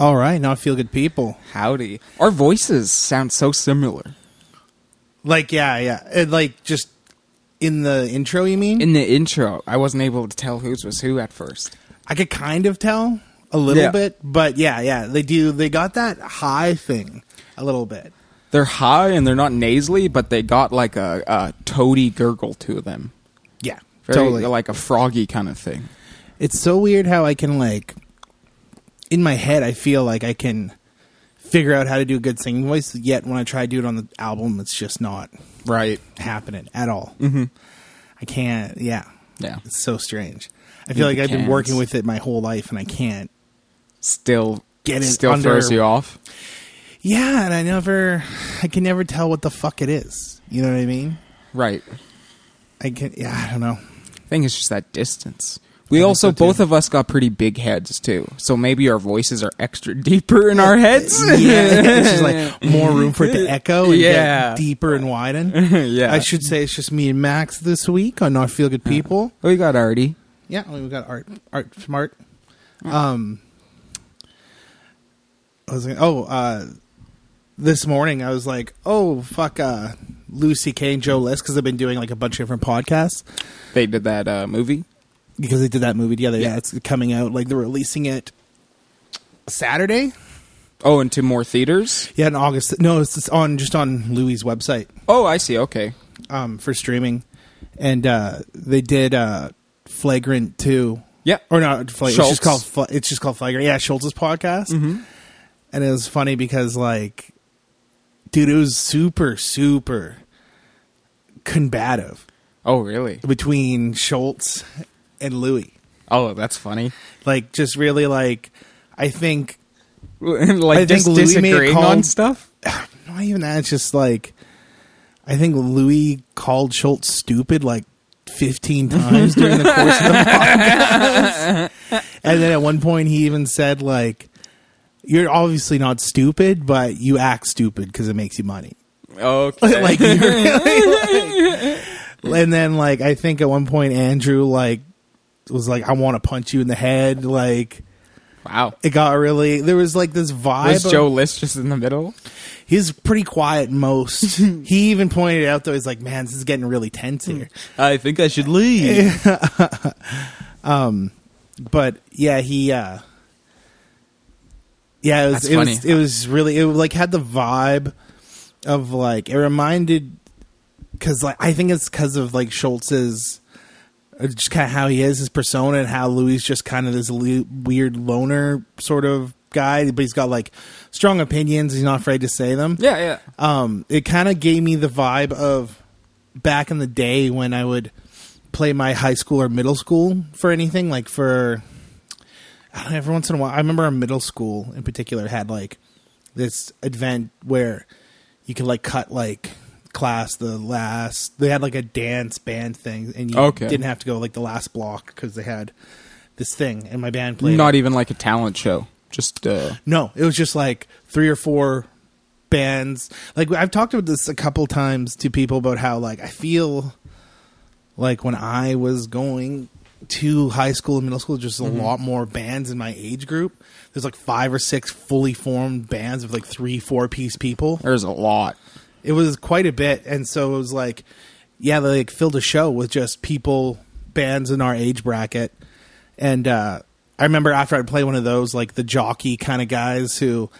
All right, now feel good people. Howdy. Our voices sound so similar. Like yeah, yeah. And, like just in the intro, you mean? In the intro, I wasn't able to tell whose was who at first. I could kind of tell a little Yeah. bit, but yeah, yeah. They do. They got that high thing a little bit. They're high and they're not nasally, but they got like a, a toady gurgle to them. Yeah, Very, totally. Like a froggy kind of thing. it's so weird how I can like in my head I feel like I can figure out how to do a good singing voice, yet when I try to do it on the album, it's just not Right. happening at all. Mm-hmm. I can't. Yeah, Yeah. it's so strange. I feel like the I've been cans. working with it my whole life, and I can't. Still Get it still under- throws you off. Yeah, and I never, I can never tell what the fuck it is. You know what I mean? Right. I can. Yeah, I don't know. I think it's just that distance. We also so, too. both of us got pretty big heads too, so maybe our voices are extra deeper in our heads. Yeah, it's just like more room for it to echo and Yeah. get deeper and widen. Yeah. I should say it's just me and Max this week on Not Feel Good People. we got Artie. Yeah, we got art, art smart. Um, I was like, oh, uh, this morning I was like, oh fuck, uh, Lucy K and Joe List because I've been doing like a bunch of different podcasts They did that uh, movie. because they did that movie together. Yeah, Yeah. it's coming out like they're releasing it Saturday. Oh, into more theaters. Yeah, in August. No, it's it's on just on Louis' website. Oh, I see. Okay. um, for streaming, and uh, they did uh, Flagrant Two. Yeah. or not Flagrant. It's just called Schultz. Fla- it's just called Flagrant. Yeah, Schultz's podcast, and it was funny because like, dude, it was super super combative Oh, really? between Schultz and Louis. Oh, that's funny. Like, just really like, I think like I just think Louis made a disagreeing call- on stuff. not even that. It's just like I think Louis called Schultz stupid like fifteen times during the course of the podcast, and then at one point he even said like, "You're obviously not stupid, but you act stupid because it makes you money." Okay. like, you're really, like- and then like I think at one point Andrew like was like, "I want to punch you in the head," like. wow. It got really. There was like this vibe. Was of- Joe List just in the middle? He's pretty quiet most. he even pointed out though, he's like, "Man, this is getting really tense here." I think I should leave. But yeah, he, uh yeah, it was That's it was funny. it was really it like had the vibe of like it reminded because like I think it's because of like Schultz's. uh, Just kind of how he is, his persona, and how Louis just kind of this le- weird loner sort of guy, but he's got like strong opinions. He's not afraid to say them. yeah, yeah. um, it kind of gave me the vibe of back in the day when I would play my high school or middle school for anything. Like for I don't know, every once in a while, I remember our middle school in particular had like this event where you could like cut like class the last. They had like a dance band thing, and you Okay. didn't have to go like the last block because they had this thing, and my band played. Not even like a talent show. Just uh, No, it was just like three or four bands. Like I've talked about this a couple times to people about how like I feel like when I was going to high school and middle school, just a lot more bands in my age group. There's like five or six fully formed bands of like three, four piece people. there's a lot. It was quite a bit, and so it was like, yeah, they like filled a show with just people, bands in our age bracket, and uh, I remember after I'd play one of those, like the jockey kind of guys who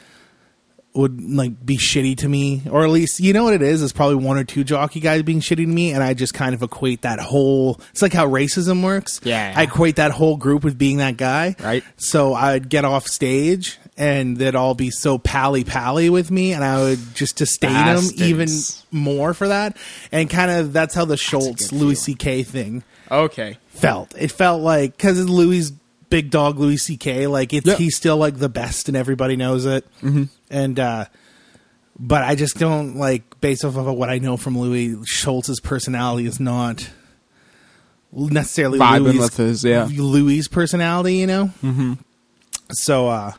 would like be shitty to me, or at least you know what it is is probably one or two jockey guys being shitty to me, and I just kind of equate that whole. It's like how racism works. Yeah. I equate that whole group with being that guy. Right. So I'd get off stage. And they'd all be so pally pally with me, and I would just disdain them even Bastards. more for that. And kind of that's how the Schultz good Louis C.K. thing Okay. felt. It felt like because Louis big dog Louis C.K. like it's Yeah. he's still like the best and everybody knows it. Mm-hmm. And uh, but I just don't like based off of what I know from Louis Schultz's personality is not necessarily Vibing Louis with his, yeah. Louis personality. You know. Mm-hmm. So. uh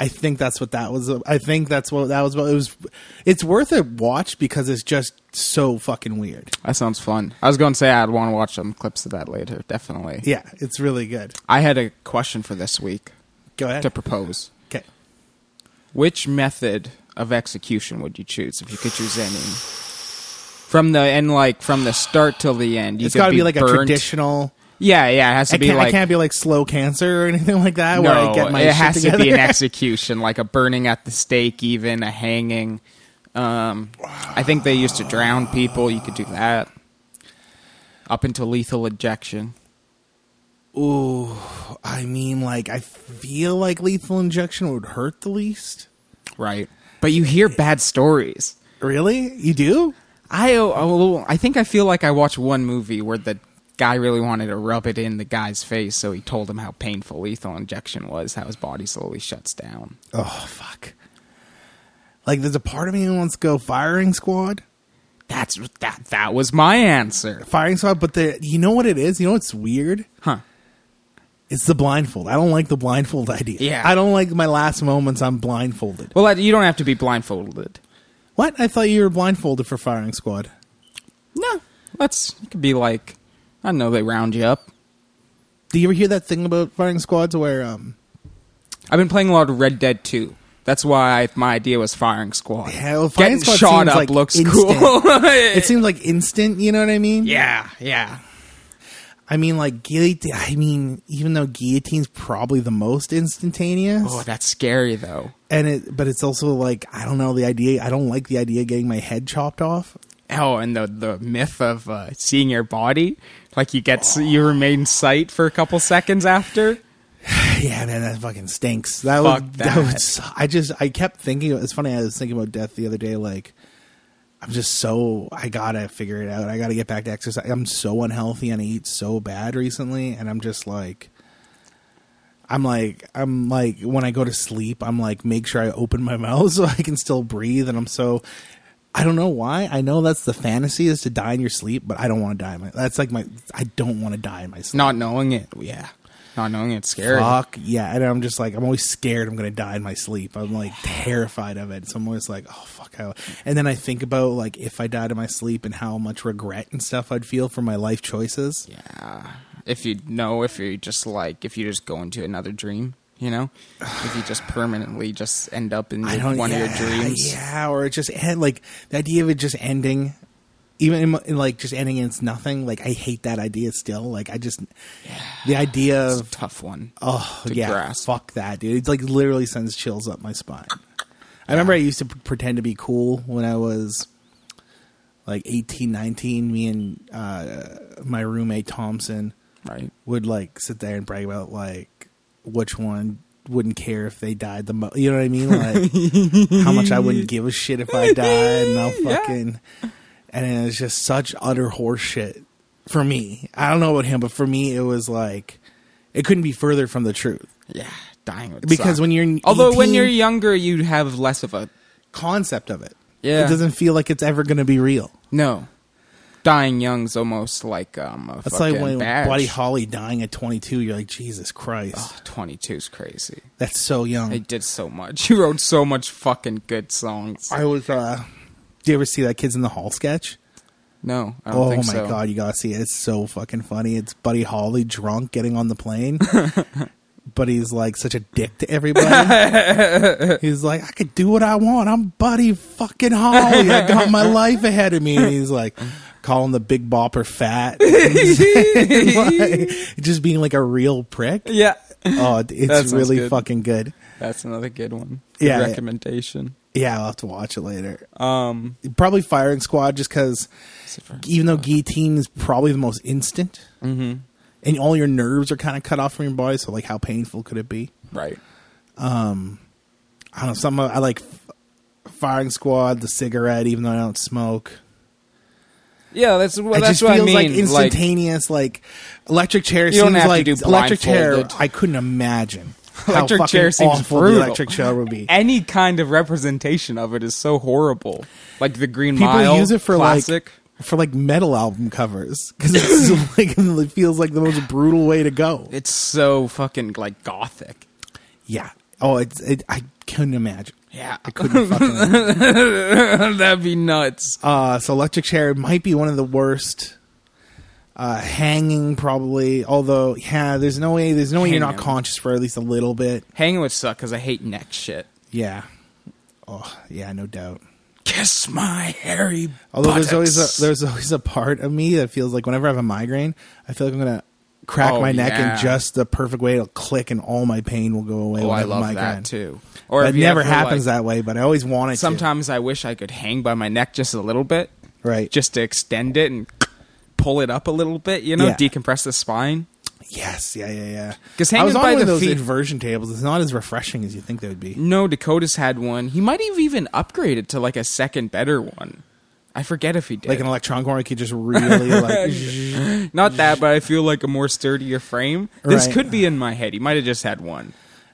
I think that's what that was. I think that's what that was. About. It was. It's worth a watch because it's just so fucking weird. That sounds fun. I was going to say I'd want to watch some clips of that later. Definitely. Yeah, it's really good. I had a question for this week Go ahead. to propose. Okay. Which method of execution would you choose if you could choose any? From the and like from the start till the end, you it's got to be, like burnt. a traditional. Yeah, yeah, it has to I be can't, like I can't be like slow cancer or anything like that. where no, I get my it shit has to together. be an execution, like a burning at the stake, even a hanging. Um, I think they used to drown people. You could do that up until lethal ejection. Ooh, I mean, like I feel like lethal injection would hurt the least. Right. But you hear bad stories. Really, you do? I oh, I think I feel like I watched one movie where the guy really wanted to rub it in the guy's face, so he told him how painful lethal injection was, how his body slowly shuts down. Oh fuck! Like there's a part of me who wants to go firing squad, That's that. That was my answer. firing squad. But the you know what it is? You know what's weird? Huh. It's the blindfold. I don't like the blindfold idea. Yeah. I don't like my last moments. I'm blindfolded. Well, you don't have to be blindfolded. What? I thought you were blindfolded for firing squad. No, that's it could be like I don't know. They round you up. Do you ever hear that thing about firing squads where um I've been playing a lot of Red Dead Two. That's why I, my idea was firing squad. Yeah, well, firing Getting squad shot seems up like looks instant. cool. it seems like instant? You know what I mean? Eh. yeah, yeah. I mean, like guillotine. I mean, even though guillotine's probably the most instantaneous, Oh, that's scary though. and it, but it's also like I don't know the idea. I don't like the idea of getting my head chopped off. Oh, and the the myth of uh, seeing your body, like you get you remain sight for a couple seconds after. Yeah, man, that fucking stinks. That Fuck would, that. that. would su I just I kept thinking. It's funny. I was thinking about death the other day. Like, I'm just so I gotta figure it out. I gotta get back to exercise. I'm so unhealthy and I eat so bad recently, and I'm just like. I'm like I'm like when I go to sleep, I'm like make sure I open my mouth so I can still breathe, and I'm so I don't know why. I know that's the fantasy is to die in your sleep, but I don't want to die. In my that's like my I don't want to die in my sleep. Not knowing it, yeah. Not knowing it's scary. Fuck yeah! And I'm just like, I'm always scared I'm gonna die in my sleep. I'm like terrified of it. So I'm always like, oh fuck how. And then I think about like if I died in my sleep and how much regret and stuff I'd feel for my life choices. Yeah. If you know, if you just like, if you just go into another dream, you know, if you just permanently just end up in I your, don't one yeah, of your dreams. yeah, or it just end like the idea of it just ending, even in, my- in, like just ending and it's nothing. Like I hate that idea still. Like I just the idea It's of a tough one. Oh to yeah, grasp. fuck that, dude. It's like literally sends chills up my spine. I remember I used to p- pretend to be cool when I was like 18, 19. Me and uh, my roommate Thompson Right. would like sit there and brag about like which one wouldn't care if they died the most. You know what I mean? Like how much I wouldn't give a shit if I died, and I'll Yeah. fucking. And it was just such utter horseshit for me. I don't know about him, but for me, it was like it couldn't be further from the truth. Yeah. Dying would Because suck. when you're although when 18 you're younger, you have less of a Concept of it, Yeah. it doesn't feel like it's ever going to be real. no. Dying young's almost like um. A That's fucking like when badge. Buddy Holly dying at 22. You're like, Jesus Christ, 22 is crazy. that's so young. They did so much. He wrote so much fucking good songs. I was. uh Do you ever see that Kids in the Hall sketch? No, I don't Oh my think so. god, you gotta see it. It's so fucking funny. It's Buddy Holly drunk getting on the plane. but he's like such a dick to everybody. he's like, I could do what I want. I'm Buddy fucking Holly. I got my life ahead of me. And he's like calling the big bopper fat. Like, just being like a real prick. Yeah, Oh, it's sounds really good. fucking good. that's another good one. Good Yeah, yeah. recommendation. Yeah, I'll have to watch it later. Uh, Um, Probably Firing Squad just because is it for- even though guillotine is probably the most instant, Mm-hmm. and all your nerves are kind of cut off from your body, so like how painful could it be? right. I don't know. Some of- I like f- firing squad, the cigarette, even though I don't smoke. Yeah, that's well, it that's just what feels I mean. like instantaneous, like, electric chair. You don't seems have to like do electric chair. blindfolded. I couldn't imagine how Electric chair fucking seems awful brutal. the electric chair would be. any kind of representation of it is so horrible. Like the Green People Mile use it for classic. like for like metal album covers because it's like it feels like the most brutal way to go. it's so fucking like gothic. Yeah. Oh, it's it, I couldn't imagine. Yeah, I couldn't fucking. imagine. that'd be nuts. Uh, so electric chair might be one of the worst. Uh, hanging probably, although yeah, there's no way, there's no way you're not Hanging. conscious for at least a little bit. Hanging would suck because I hate neck shit. Yeah, Oh, yeah, no doubt. Kiss my hairy. Although there's buttocks. always a, there's always a part of me that feels like whenever I have a migraine, I feel like I'm gonna crack Oh, my neck yeah. in just the perfect way. It'll click, and all my pain will go away. oh, when I have a love migraine. that too. Or that if you never ever, happens like- that way, but I always want it. to. Sometimes I wish I could hang by my neck just a little bit, right? just to extend it and pull it up a little bit. You know, Yeah. decompress the spine. yes, yeah, yeah, yeah. 'Cause I was hanging on by one of the those feet- inversion tables. It's not as refreshing as you think they would be. No, Dakota's had one. He might have even upgraded to like a second better one. I forget if he did. Like an electron cord, I could just really like. Not that, but I feel like a more sturdier frame. This Right. could be in my head. He might have just had one.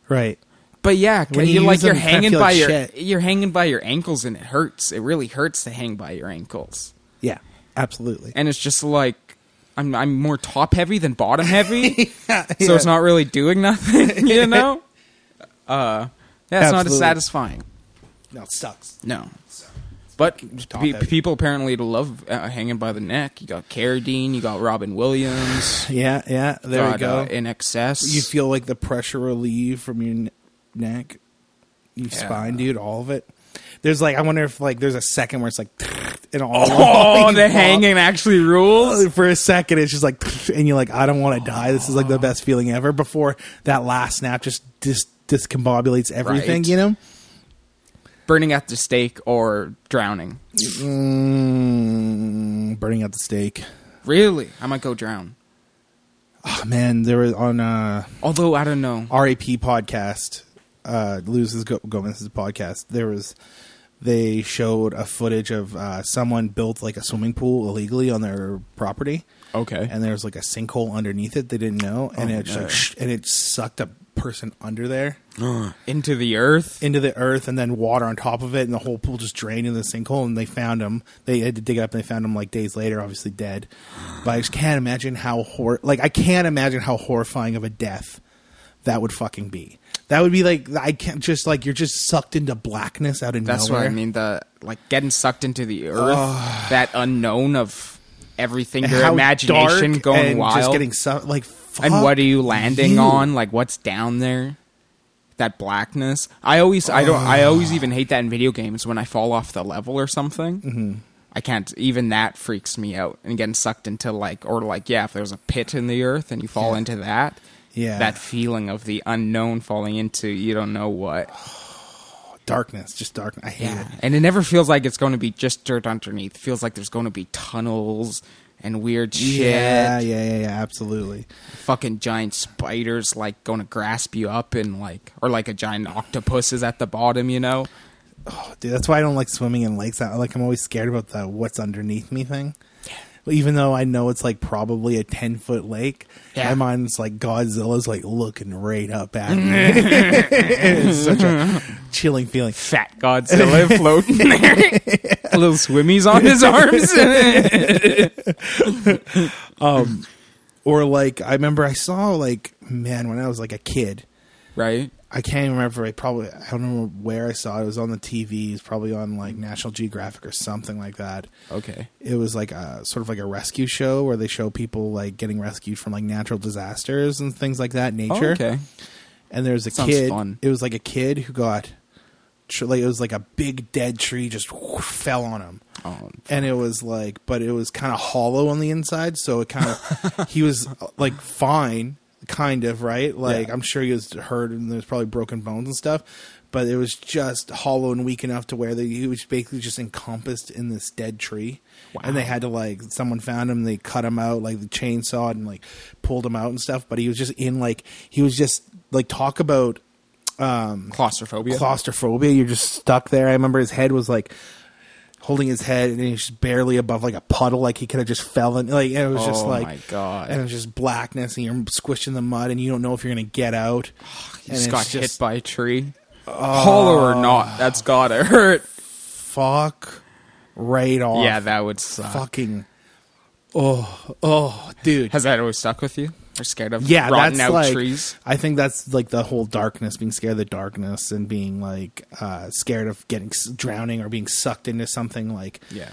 right. But yeah, When you you are like use them, you're you kinda hanging feel by like your shit. you're hanging by your ankles and it hurts. It really hurts to hang by your ankles. Yeah. Absolutely. And it's just like I'm I'm more top heavy than bottom heavy. So it's not really doing nothing, you know? Uh yeah, it's not Absolutely. as satisfying. no, it sucks. No. But top pe- heavy. people apparently love uh, hanging by the neck. You got Carradine, you got Robin Williams. Yeah, yeah. There got, we go. Uh, in excess. you feel like the pressure relieved from your n- neck, your spine, dude. All of it. There's like, I wonder if like there's a second where it's like, and all. Oh, the hanging actually rules. For a second, it's just like, and you're like, I don't want to die. This is like the best feeling ever. Before that last snap just dis- discombobulates everything, Right. you know. Burning at the stake or drowning. Mm, burning out the stake. Really? I might go drown. Oh, man, there was on uh, Although I don't know. RAP podcast, uh, Luz's Go- Gomez's podcast, there was they showed a footage of uh, someone built like a swimming pool illegally on their property, Okay. and there was like a sinkhole underneath it they didn't know, and Oh, it just, no. like, sh- and it sucked a person under there Into the earth. into the earth, and then water on top of it, and the whole pool just drained in the sinkhole, and they found him. They had to dig up, and they found him like days later, obviously dead. But I just can't imagine how hor like I can't imagine how horrifying of a death that would fucking be. That would be like I can't just like you're just sucked into blackness out of That's nowhere. what I mean. The like getting sucked into the earth. that unknown of everything. Your How imagination dark going and wild. just getting so like. Fuck and what are you landing you. on? Like what's down there? That blackness. I always, I don't, I always even hate that in video games when I fall off the level or something. Mm-hmm. I can't. Even that freaks me out. And getting sucked into like, or like, yeah, if there's a pit in the earth and you fall into that, Yeah. that feeling of the unknown falling into you don't know what. darkness, just darkness. I hate Yeah. it. And it never feels like it's going to be just dirt underneath. It feels like there's going to be tunnels and weird shit. Yeah, yeah, yeah, yeah, absolutely. Fucking giant spiders like going to grasp you up and like or like a giant octopus is at the bottom, you know. dude. That's why I don't like swimming in lakes. I, like I'm always scared about the what's underneath me thing. Even though I know it's like probably a ten foot lake, Yeah. my mind's like Godzilla's like looking right up at me. it's such a chilling feeling. Fat Godzilla floating there. Little swimmies on his arms. Or like I remember I saw like man when I was like a kid. right? I can't even remember. I probably I don't remember where I saw it. It was on the TV. It was probably on like National Geographic or something like that. Okay. it was like a sort of like a rescue show where they show people like getting rescued from like natural disasters and things like that in Oh, nature okay. and there's a Sounds kid fun. it was like a kid who got tr- like it was like a big dead tree just whoosh, fell on him Oh, and it was like but it was kind of hollow on the inside so it kind of he was uh, like fine kind of right like Yeah. i'm sure he was hurt and there's probably broken bones and stuff but it was just hollow and weak enough to where they, he was basically just encompassed in this dead tree and they had to like someone found him they cut him out like the chainsaw and like pulled him out and stuff but he was just in like he was just like talk about claustrophobia. claustrophobia. You're just stuck there. I remember his head was like holding his head, and he's just barely above like a puddle. Like he could have just fell in. Like it was just Oh, like my God. and it was just blackness, and you're squished in the mud, and you don't know if you're gonna get out. You and it's just got hit just- Oh. by a tree. Hollow or not, that's gotta hurt. Fuck right off. Yeah, that would suck. fucking. Oh, oh, dude. Has that always stuck with you? Or scared of yeah, rotting that's out like. trees? I think that's like the whole darkness, being scared of the darkness, and being like uh, scared of getting s- drowning or being sucked into something. Like, Yeah.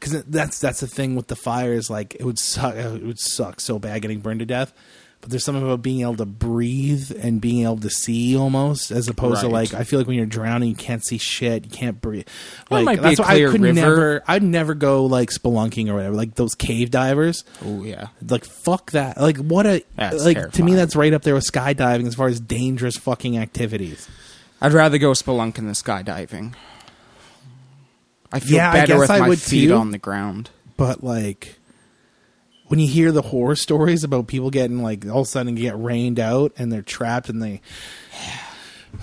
because that's that's the thing with the fire is like it would suck it would suck so bad getting burned to death but there's something about being able to breathe and being able to see almost as opposed to Right. like I feel like when you're drowning you can't see shit, you can't breathe. Well, it Like might be that's a why I clear could river. never I'd never go like spelunking or whatever, like those cave divers. Oh yeah. Like fuck that. Like what a That's like to me terrifying. that's right up there with skydiving as far as dangerous fucking activities. I'd rather go spelunking than skydiving. I feel Yeah, I better guess with I my would feet too. on the ground. but like when you hear the horror stories about people getting like all of a sudden get rained out and they're trapped and they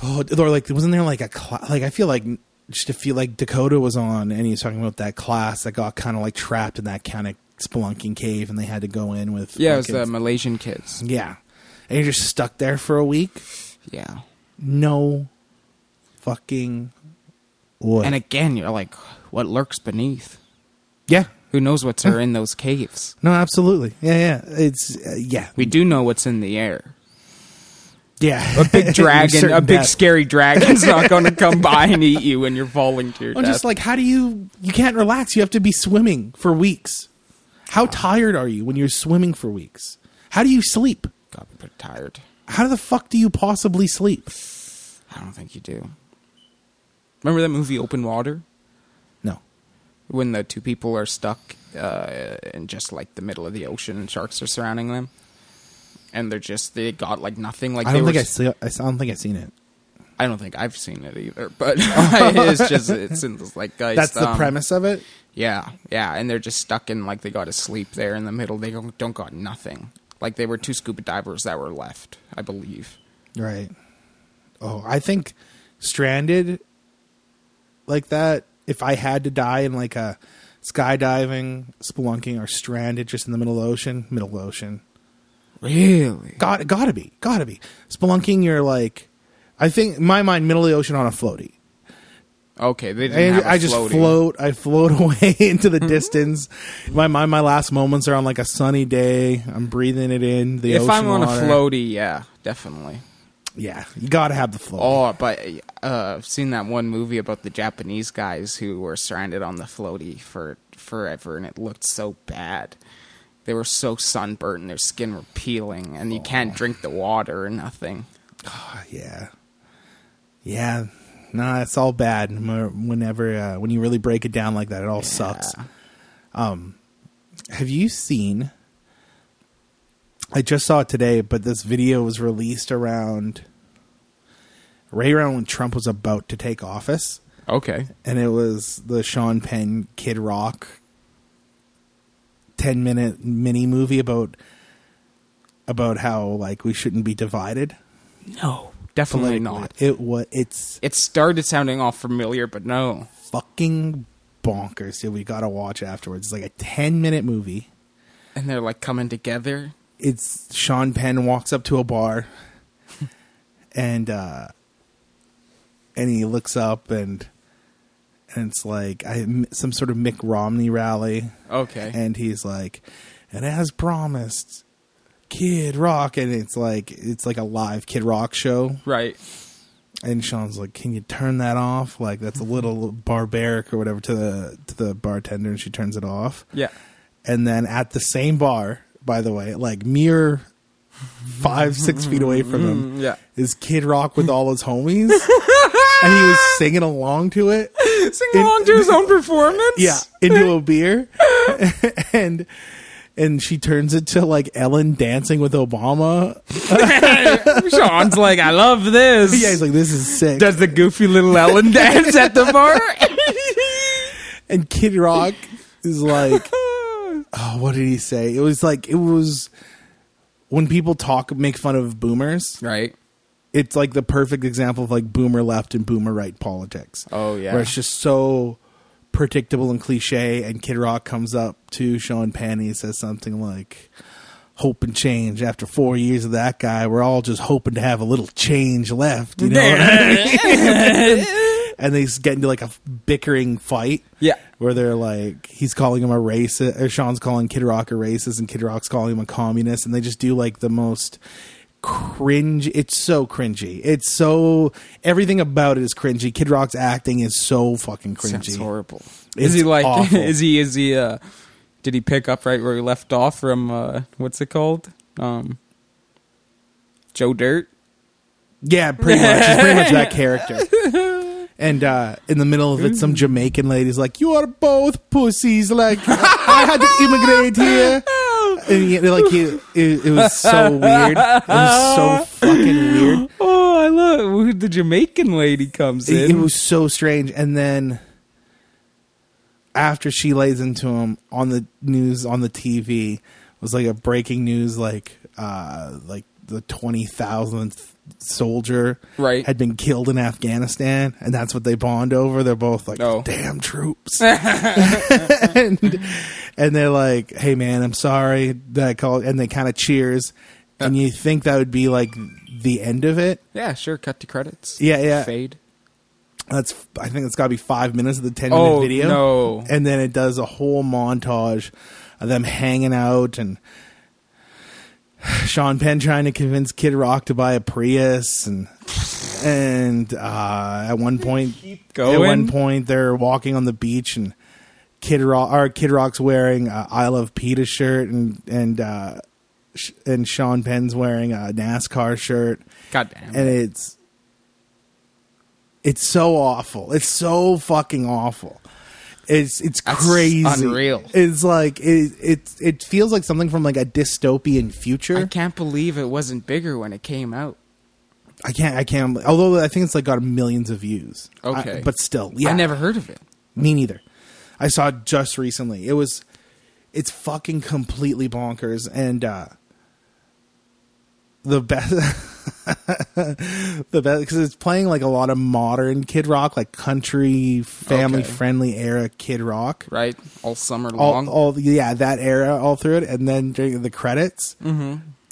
oh or like wasn't there like a cla like I feel like just to feel like Dakota was on and he was talking about that class that got kind of like trapped in that kind of spelunking cave and they had to go in with Yeah, it was the like, Malaysian kids. yeah and you're just stuck there for a week Yeah. no fucking what And again, you're like, what lurks beneath? yeah Who knows what's are in those caves? no absolutely yeah yeah it's uh, yeah We do know what's in the air. yeah A big dragon, a Certain big death. scary dragon's not going to come by and eat you when you're falling to your Well, death. just like how do you you can't relax? You have to be swimming for weeks. How tired are you when you're swimming for weeks? How do you sleep? God, I'm pretty tired. How the fuck do you possibly sleep? I don't think you do. Remember that movie Open Water? No. When the two people are stuck uh, in just like the middle of the ocean and sharks are surrounding them? And they're just, they got like nothing. Like I they don't were think I s- see, I don't think I've seen it. I don't think I've seen it either, but it's just it's in this like guys. That's the um, premise of it. Yeah, yeah, and they're just stuck in like they got to sleep there in the middle. They don't, don't got nothing. Like they were two scuba divers that were left, I believe. Right. Oh, I think stranded like that if I had to die in like a skydiving, spelunking or stranded just in the middle of the ocean, middle ocean. Really? Got gotta be, gotta be. Spelunking, you're like, I think in my mind, middle of the ocean on a floaty. Okay, they didn't And have a Mm-hmm. I just floating. float, I float away into the distance. My, my my last moments are on like a sunny day. I'm breathing it in. The If ocean I'm on water. a floaty, yeah, definitely. yeah, you gotta have the float. Oh, but uh, I've seen that one movie about the Japanese guys who were stranded on the floaty for forever, and it looked so bad. They were so sunburnt, and their skin were peeling, and you can't drink the water or nothing. Yeah, yeah. No, it's all bad. M- Whenever uh, when you really break it down like that, it all sucks. Um, have you seen? I just saw it today, but this video was released around right around when Trump was about to take office. Okay. and it was the Sean Penn Kid Rock ten minute mini movie about about how like we shouldn't be divided. No, definitely Like, not. It was it's It started sounding all familiar, but no. fucking bonkers. Dude. We gotta watch afterwards. It's like a ten minute movie. And they're like coming together. It's Sean Penn walks up to a bar and uh and he looks up and and it's like I, some sort of Mick Romney rally. Okay. and he's like, and as promised, Kid Rock, and it's like it's like a live Kid Rock show, right. and Sean's like, can you turn that off? Like that's a little barbaric or whatever to the to the bartender, and she turns it off, Yeah. and then at the same bar, by the way, like mere five six feet away from him, Yeah. is Kid Rock with all his homies, and he was singing along to it. Sing along to his own performance? yeah into a beer and and she turns it to like ellen dancing with obama Sean's like, I love this. yeah he's like this is sick Does the goofy little Ellen dance at the bar? and kid rock is like oh what did he say it was like it was when people talk make fun of boomers right. it's like the perfect example of like boomer left and boomer right politics. Oh, yeah. where it's just so predictable and cliche. And Kid Rock comes up to Sean Penn and he says something like, "Hope and change." After four years of that guy, we're all just hoping to have a little change left, you know. and they get into like a bickering fight. Yeah. Where they're like, he's calling him a racist, or Sean's calling Kid Rock a racist, and Kid Rock's calling him a communist, and they just do like the most cringe. It's so cringy. It's so everything about it is cringy. Kid Rock's acting is so fucking Sounds cringy. horrible. It's is he like? awful. Is he? Is he? Uh, did he pick up right where he left off from? Uh, what's it called? Um, Joe Dirt. Yeah, pretty much. He's pretty much that character. And uh, in the middle of it, some Jamaican lady's like, "You are both pussies." Like I had to immigrate here. And he, like he, it, it was so weird. It was so fucking weird. Oh, I love who the Jamaican lady comes It, in. it was so strange. And then after she lays into him on the news on the TV was like a breaking news, like uh, like the twenty thousandth soldier Right. had been killed in Afghanistan, and that's what they bond over. They're both like, Oh. "Damn troops," and, and they're like, "Hey man, I'm sorry that I called," and they kind of cheers. Uh. And you think that would be like the end of it? yeah, sure. Cut to credits. Yeah, yeah. Fade. That's I think it's got to be five minutes of the ten minute Oh, video. no. and then it does a whole montage of them hanging out and Sean Penn trying to convince Kid Rock to buy a Prius and and uh, at one point going. at one point they're walking on the beach and Kid Rock or Kid Rock's wearing a I Love PETA shirt and and uh, sh- and Sean Penn's wearing a NASCAR shirt God damn. and it's it's so awful. It's so fucking awful. It's it's That's crazy. unreal. It's like it it it feels like something from like a dystopian future. I can't believe it wasn't bigger when it came out. I can't. I can't. Although I think it's like got millions of views. Okay. I- but still, yeah. I never heard of it. Me neither. I saw it just recently. It was. It's fucking completely bonkers, and uh, the best. the best because it's playing like a lot of modern Kid Rock, like country, family friendly era Kid Rock. Right, all summer long. All, all yeah, that era all through it, and then during the credits,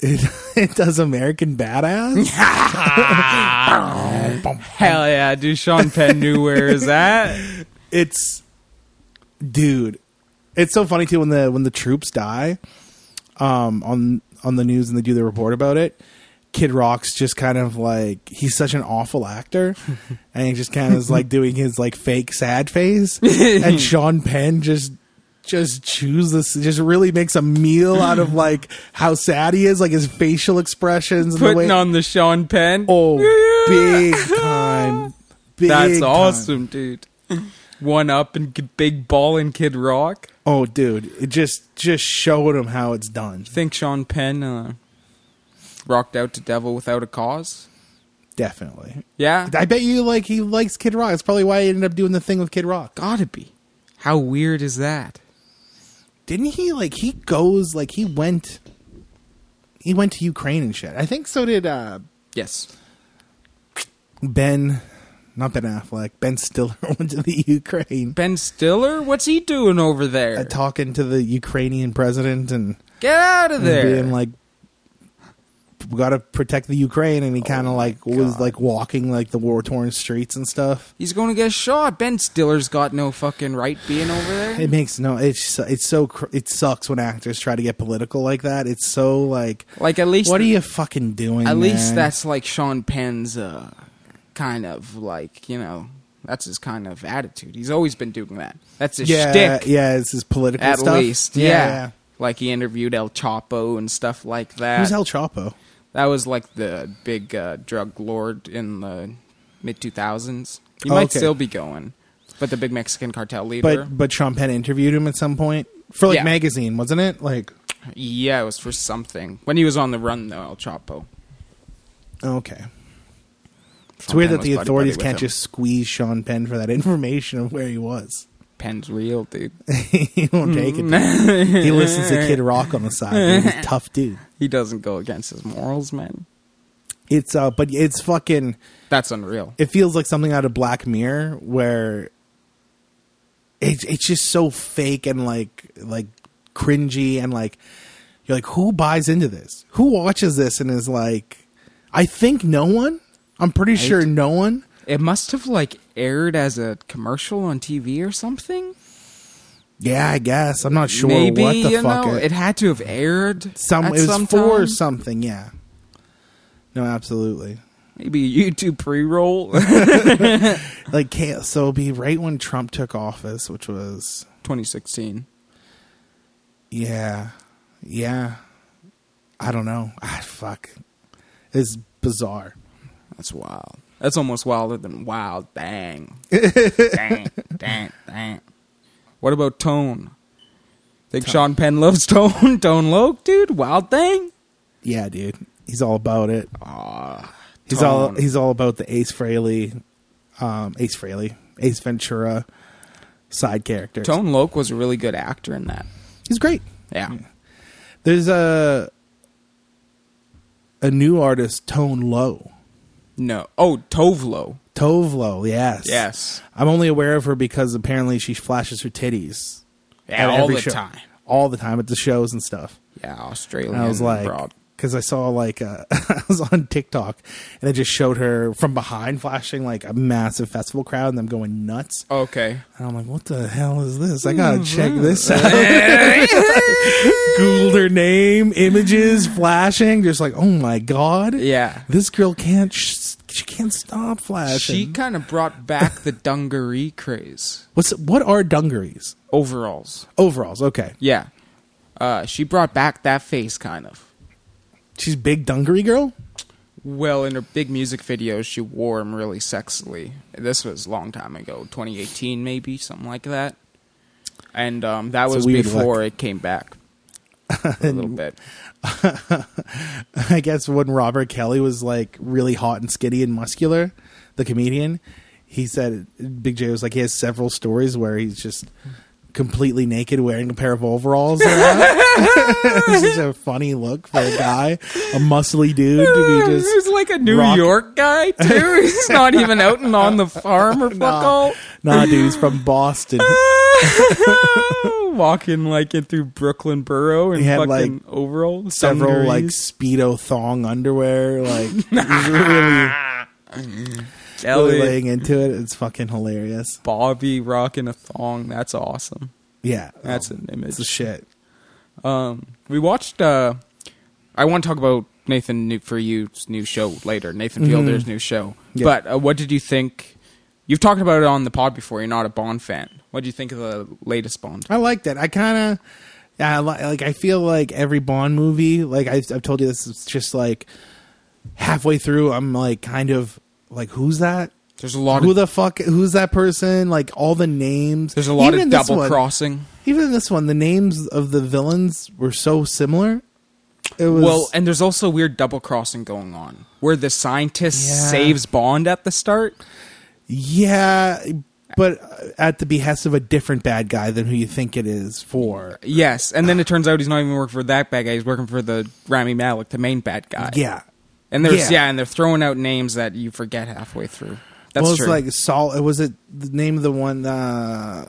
it it does American Badass. Hell yeah, dude! Sean Penn knew where is that. it's dude it's so funny too when the when the troops die um on on the news and they do the report about it kid rock's just kind of like he's such an awful actor and he just kind of is like doing his like fake sad face and sean penn just just choose this just really makes a meal out of like how sad he is like his facial expressions and the way Putting on the Sean Penn. oh big time big That's time. awesome, dude. One up and g- big ball and Kid Rock. Oh, dude! It just just showed him how it's done. Think Sean Penn uh, rocked out to Devil Without a Cause? Definitely. Yeah, I bet you like he likes Kid Rock. That's probably why he ended up doing the thing with Kid Rock. gotta be. How weird is that? Didn't he like he goes like he went he went to Ukraine and shit. I think so did uh Yes, Ben not Ben Affleck, Ben Stiller went to the Ukraine. Ben Stiller. What's he doing over Uh, there? talking to the Ukrainian president and, Get out of and there! being like we gotta protect the Ukraine and he kinda Oh like was like walking like the war torn streets and stuff. He's going to get shot. Ben Stiller's got no fucking right being over there. It makes no. It's it's so cr- it sucks when actors try to get political like that. It's so like, Like at least what are you fucking doing? at least man? that's like Sean Penn's uh, kind of like you know that's his kind of attitude. He's always been doing that. That's his yeah, shtick. yeah. It's his political at stuff. least, yeah. Like he interviewed El Chapo and stuff like that. Who's El Chapo? that was like the big uh, drug lord in the mid two thousands. He Oh, might okay. still be going, but the big Mexican cartel leader. But but Sean Penn interviewed him at some point for like Yeah. magazine, wasn't it? Like yeah, it was for something when he was on the run though. El Chapo. okay. It's Sean weird Penn that was the buddy-buddy authorities with can't him. just squeeze Sean Penn for that information of where he was. Penn's real, dude. he won't take it. dude. he listens to Kid Rock on the side. dude. He's a tough dude. He doesn't go against his morals, man. It's uh, but it's fucking. That's unreal. it feels like something out of Black Mirror where it's it's just so fake and like like cringy and like you're like who buys into this? Who watches this and is like I think no one. I'm pretty sure no one. It must have like aired as a commercial on TV or something. Yeah, I guess. I'm not sure Maybe what the you fuck know it, it had to have aired. some it at was some for time. something, yeah. No, absolutely. Maybe a YouTube pre-roll. Like can't- so it'll be right when Trump took office, which was 2016. Yeah. Yeah. I don't know. Ah, fuck. It's bizarre. That's wild. That's almost wilder than wild. Bang. dang, dang, dang. What about Tone? Think Sean Penn loves Tone? Tone Loke, dude? Wild thing? Yeah, dude. He's all about it. Ah, He's Tone. all he's all about the Ace Frehley, um, Ace Frehley, Ace Ventura side characters. Tone Loke was a really good actor in that. He's great. Yeah. There's a a new artist, Tone Low. No. Oh, Tovlo. Tove Low, yes. Yes. I'm only aware of her because apparently she flashes her titties Yeah, at all every the show. time. All the time at the shows and stuff. Yeah, Australian. And I was like, broad. because I saw like uh, I was on TikTok and it just showed her from behind flashing like a massive festival crowd and them going nuts. okay. And I'm like, what the hell is this? I Mm-hmm. gotta check this out. Googled her name, images flashing, just like, oh my god, Yeah. this girl can't sh- she can't stop flashing. She kind of brought back the dungaree craze. What's what are dungarees? Overalls. Overalls, okay. Yeah. Uh, she brought back that face, kind of. She's big dungaree girl. Well, in her big music videos, she wore them really sexily. This was a long time ago, 2018 maybe, something like that. And um, that It's a was weird before it came back a little bit. I guess when Robert Kelly was like really hot and skinny and muscular, the comedian, he said Big J was like he has several stories where he's just completely naked wearing a pair of overalls. around. this is a funny look for a guy, a muscly dude to be just He's like a New rock- York guy too. He's not even out and on the farm or fuck all. nah, dude. He's from Boston. Walking like it through Brooklyn Borough and He had, fucking like, overalls, Several like dungarees. speedo thong underwear, like he's really, really Elliot laying into it. It's fucking hilarious. Bobby rocking a thong. That's awesome. Yeah, That's an image. Oh, it's the shit. We watched. uh I want to talk about Nathan new, for you's new show later. Nathan Fielder's new show. Mm-hmm. Yeah. But uh, what did you think? You've talked about it on the pod before. You're not a Bond fan. What did you think of the latest Bond? I liked it. I kind of, yeah, I li- like. I feel like every Bond movie, like I've, I've told you this, it's just like halfway through, I'm like kind of like, who's that? There's a lot Who of the fuck? Who's that person? Like all the names. there's a lot in of this double one- crossing. Even in this one, the names of the villains were so similar. It was Well, and there's also weird double crossing going on where the scientist Yeah. saves Bond at the start. yeah, but at the behest of a different bad guy than who you think it is for. Yes, and then it turns out he's not even working for that bad guy. He's working for the Rami Malik, the main bad guy. Yeah. and there's Yeah. yeah, and they're throwing out names that you forget halfway through. That's well, it's true. like Saul. Was it the name of the one? Uh,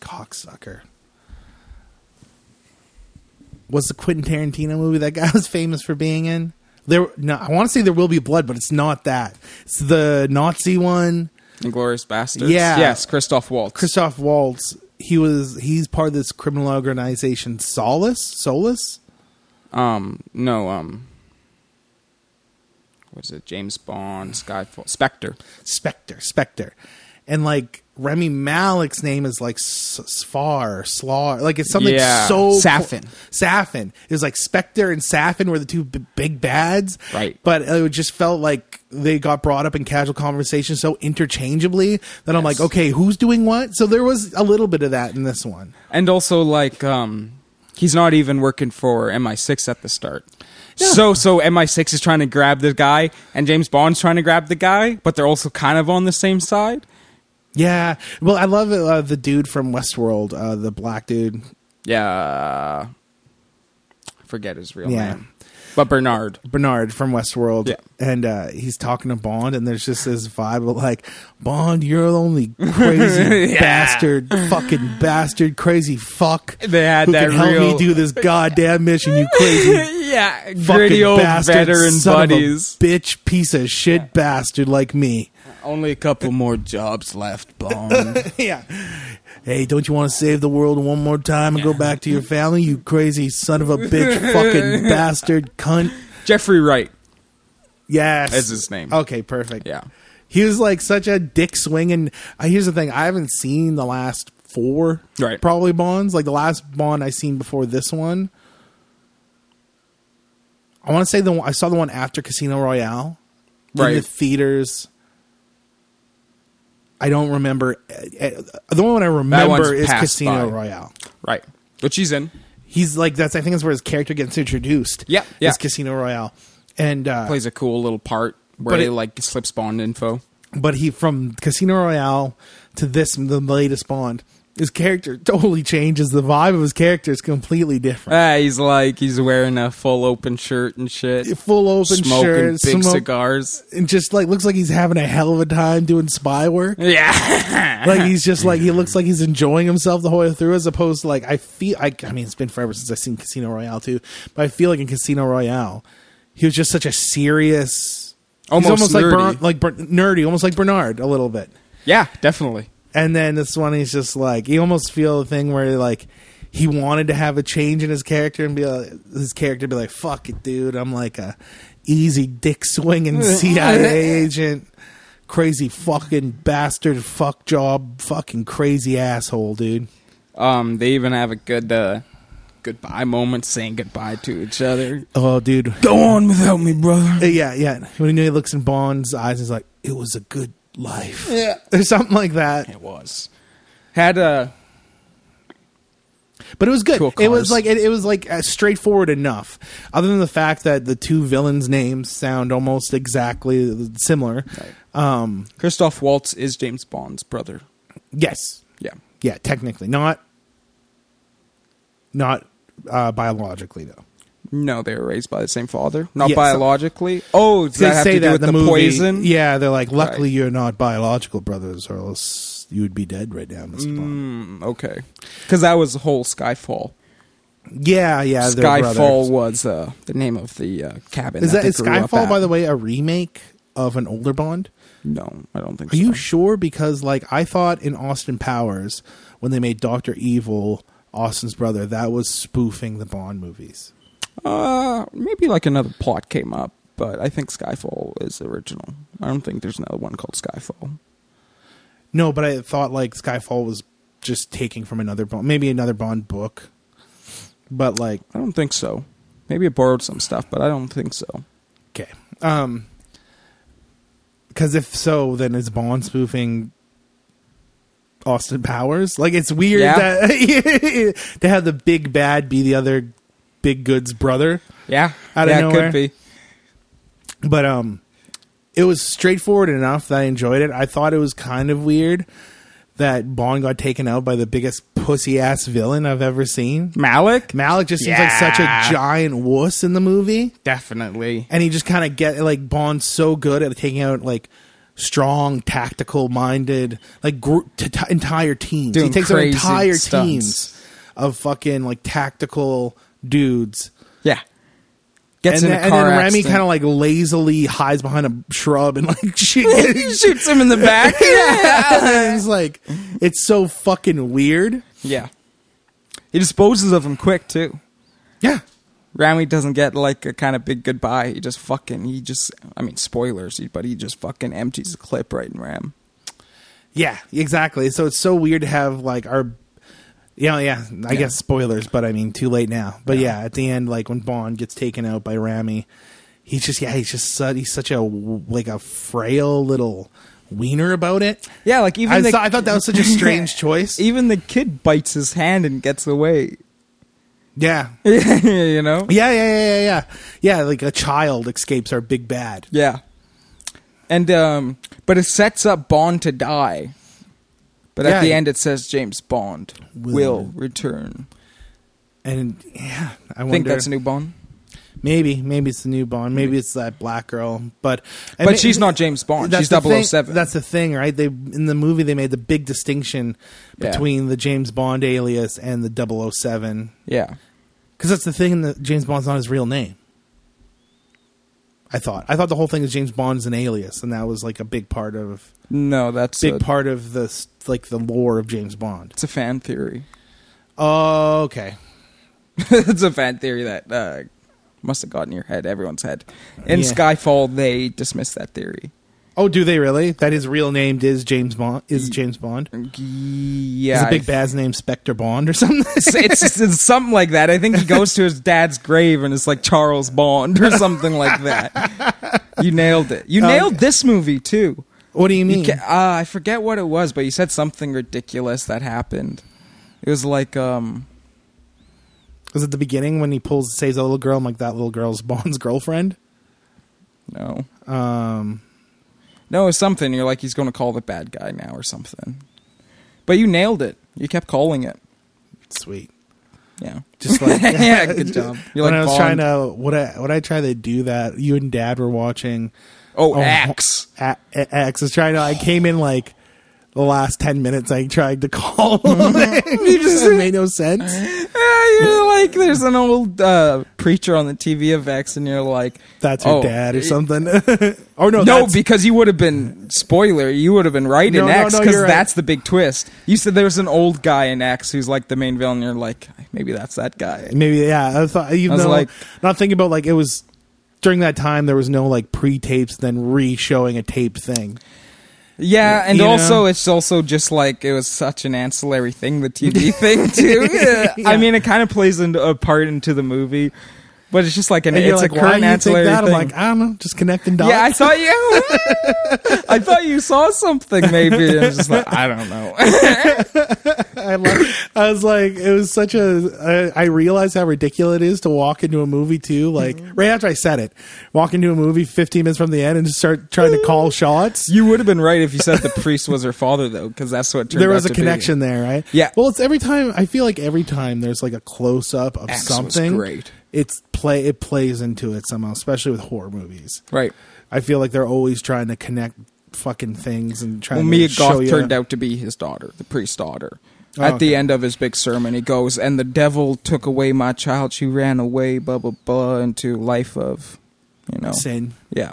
cocksucker. Was the Quentin Tarantino movie that guy was famous for being in? There, no, I want to say there will be blood, but it's not that. It's the Nazi one. Inglorious Bastards. Yeah. Yes, Christoph Waltz. Christoph Waltz. He was. He's part of this criminal organization, Solus. Solus. um, no, um, what is it? James Bond, Skyfall, Spectre. Spectre, Spectre, and like Remy Malik's name is like S- Sfar, Slar, like it's something Yeah. so Safin. Safin. It was like Spectre and Safin were the two b- big bads, Right. But it just felt like they got brought up in casual conversation so interchangeably that I'm like, Yes. okay, who's doing what? So there was a little bit of that in this one. And also, like, um, he's not even working for MI6 at the start. So, so MI6 is trying to grab the guy, and James Bond's trying to grab the guy, but they're also kind of on the same side. Yeah, well, I love uh, the dude from Westworld, uh, the black dude. Yeah. Forget his real Yeah. name. But Bernard. Bernard from Westworld, Yeah. and uh, he's talking to Bond, and there's just this vibe of like, Bond, you're the only crazy Yeah. bastard, fucking bastard, crazy fuck They had who that can help real- me do this goddamn mission. You crazy yeah, fucking gritty old bastard, veteran son buddies. of a bitch, piece of shit, bastard like me. Only a couple more jobs left, Bond. yeah. Hey, don't you want to save the world one more time and go back to your family? You crazy son of a bitch, fucking bastard, cunt. Jeffrey Wright. Yes, That's his name. Okay, perfect. Yeah. He was like such a dick swinging. Uh, here's the thing: I haven't seen the last four, Right. Probably Bonds. Like the last Bond I seen before this one I want to say the one, I saw the one after Casino Royale in the Right. theaters. I don't remember. eh, eh, The one I one's remember is passed Casino by. Royale. Right. Which he's in. He's like that's I think that's where his character gets introduced. Yeah, yeah. is Casino Royale, and uh, Plays a cool little part where But he it- like slips Bond info. but he from Casino Royale to this the latest Bond, his character totally changes. The vibe of his character is completely different. Ah, he's like he's wearing a full open shirt and shit. Full open Uh, smoking shirt, big smoke- cigars. and just like looks like he's having a hell of a time doing spy work. Yeah. Like he's just like he looks like he's enjoying himself the whole way through, as opposed to like I feel I, I mean it's been forever since I've seen Casino Royale too, but I feel like in Casino Royale, he was just such a serious, he's Almost nerdy. like Bern, like Bern, nerdy, almost like Bernard a little bit. yeah, definitely. And then this one, he's just like you almost feel the thing where like he wanted to have a change in his character and be like, his character be like, "Fuck it, dude, I'm like a easy dick swinging CIA agent, crazy fucking bastard, fuck job, fucking crazy asshole, dude." Um, they even have a good uh, goodbye moment, saying goodbye to each other. Oh, dude, Go on without me, brother. Uh, yeah, yeah. When he looks in Bond's eyes, he's like, "It was a good life," Yeah. or something like that. It was had uh, a but it was good. Cool it was cars. like it, it was like uh, straightforward enough. Other than the fact that the two villains' names sound almost exactly similar. Um, Christoph Waltz is James Bond's brother. yes, Yeah, yeah, technically not, not uh, biologically though. no, they were raised by the same father, not Yeah, so- biologically. oh, does that have to do with in the, poison? Yeah, they're like, luckily Right. you're not biological brothers, or else you would be dead right now, Mister Bond. Mm, okay, because that was the whole Skyfall. Yeah, yeah, they're Skyfall brothers. was uh, the name of the uh, cabin. Is that that is they grew up Skyfall? at. By the way, a remake of an older Bond. No, I don't think. Are so. you sure? Because like I thought in Austin Powers when they made Doctor Evil, Austin's brother, that was spoofing the Bond movies. Uh, maybe like another plot came up, but I think Skyfall is original. I don't think there's another one called Skyfall. No, but I thought like Skyfall was just taking from another Bond, maybe another Bond book. But like, I don't think so. Maybe it borrowed some stuff, but I don't think so. okay, um, because if so, then is Bond spoofing Austin Powers? Like, it's weird Yeah. that to have the big bad be the other big good's brother. Yeah, Out of yeah, it nowhere. could be. but um it was straightforward enough that I enjoyed it. I thought it was kind of weird that Bond got taken out by the biggest pussy ass villain I've ever seen. Malik, Malik just seems like such Yeah. a giant wuss in the movie, definitely. and he just kind of get like Bond's so good at taking out like strong, tactical minded like gr- t- t- entire teams. Doing he takes crazy out entire stunts. teams of fucking like tactical dudes Yeah, gets and in then, a and car then Remy accident. kind of like lazily hides behind a shrub and like shit. shoots him in the back. and he's like, it's so fucking weird. yeah, he disposes of him quick too. Yeah, Rami doesn't get like a kind of big goodbye. He just fucking he just I mean spoilers, but he just fucking empties the clip right in Ram. yeah, exactly. So it's so weird to have like our, yeah, yeah. I guess spoilers, but I mean, too late now. But yeah. at the end, like when Bond gets taken out by Rami, he's just yeah, he's just su- he's such a like a frail little wiener about it. Yeah, like even I, the, thought- I thought that was such a strange choice. even the kid bites his hand and gets away. Yeah, you know? Yeah, yeah, yeah, yeah, yeah. Yeah, like a child escapes our big bad. Yeah. And um but it sets up Bond to die. But Yeah. at the end it says James Bond will, Will. return. And yeah, I I wonder. think that's a new Bond. maybe, maybe it's the new Bond. Maybe it's that black girl. But I But mean- she's not James Bond. That's She's the thing- 007. That's the thing, right? They in the movie they made the big distinction Yeah. between the James Bond alias and the 007. yeah. Because that's the thing that James Bond's not his real name. I thought. I thought the whole thing is James Bond's an alias, and that was like a big part of No, that's big a, part of the s- like the lore of James Bond. it's a fan theory. Oh, okay. it's a fan theory that uh, must have gotten your head, everyone's head. In Yeah. Skyfall, they dismissed that theory. Oh, do they really? That his real name is James Bond. Is James Bond? Yeah, Is a I big bad's name Spectre Bond or something? it's, it's, it's something like that. I think he goes to his dad's grave and it's like Charles Bond or something like that. You nailed it. You nailed this movie too. what do you You Um, mean? ca- uh, I forget what it was, but you said something ridiculous that happened. It was like um Was it the beginning when he pulls saves a little girl? I'm like that little girl's Bond's girlfriend. no um no it was something. You're like he's going to call the bad guy now or something. But you nailed it. You kept calling it. Sweet. Yeah. Just like yeah, good job. You're when I Um, like was Bond. trying to what I what I try to do that. You and Dad were watching Oh, oh, axe. A- A- X is trying to. I came in like the last ten minutes. I tried to call. him. it just made no sense. Yeah, you're like, there's an old uh, preacher on the TV of X, and you're like, That's your oh, dad or it- something. or no, No, that's- because you would have been spoiler. You would have been right No, in no, X no, because you're right. that's the big twist. You said there's an old guy in X who's like the main villain. and You're like, maybe that's that guy. maybe yeah. I thought you I was know, like- not thinking about like it was during that time. There was no like pre-tapes, then re-showing a tape thing. Yeah, and You also know? it's also just like it was such an ancillary thing, the TV thing too. Yeah. I mean, it kind of plays into a part into the movie, but it's just like an And you're it's like, a why current do you think ancillary that? thing. I'm like, I don't know, just connecting dots. Yeah, I thought you. I thought you saw something. Maybe and I was just like, I don't know. I, lo- I was like, it was such a. I, I realized how ridiculous it is to walk into a movie too. Like Mm-hmm. right after I said it, walk into a movie 15 minutes from the end and just start trying to call shots. you would have been right if you said the priest was her father, though, because that's what it turned There was out a to be. connection there, right? Yeah. Well, it's every time. I feel like every time there's like a close up of X was something. great. It's play. It plays into it somehow, especially with horror movies. right? I feel like they're always trying to connect fucking things and trying Well, to Mia show Goth you. turned out to be his daughter, the priest's daughter. Oh, At the okay. end of his big sermon, he goes, "And the devil took away my child. She ran away, blah blah blah, into life of, you know, Sin. Yeah,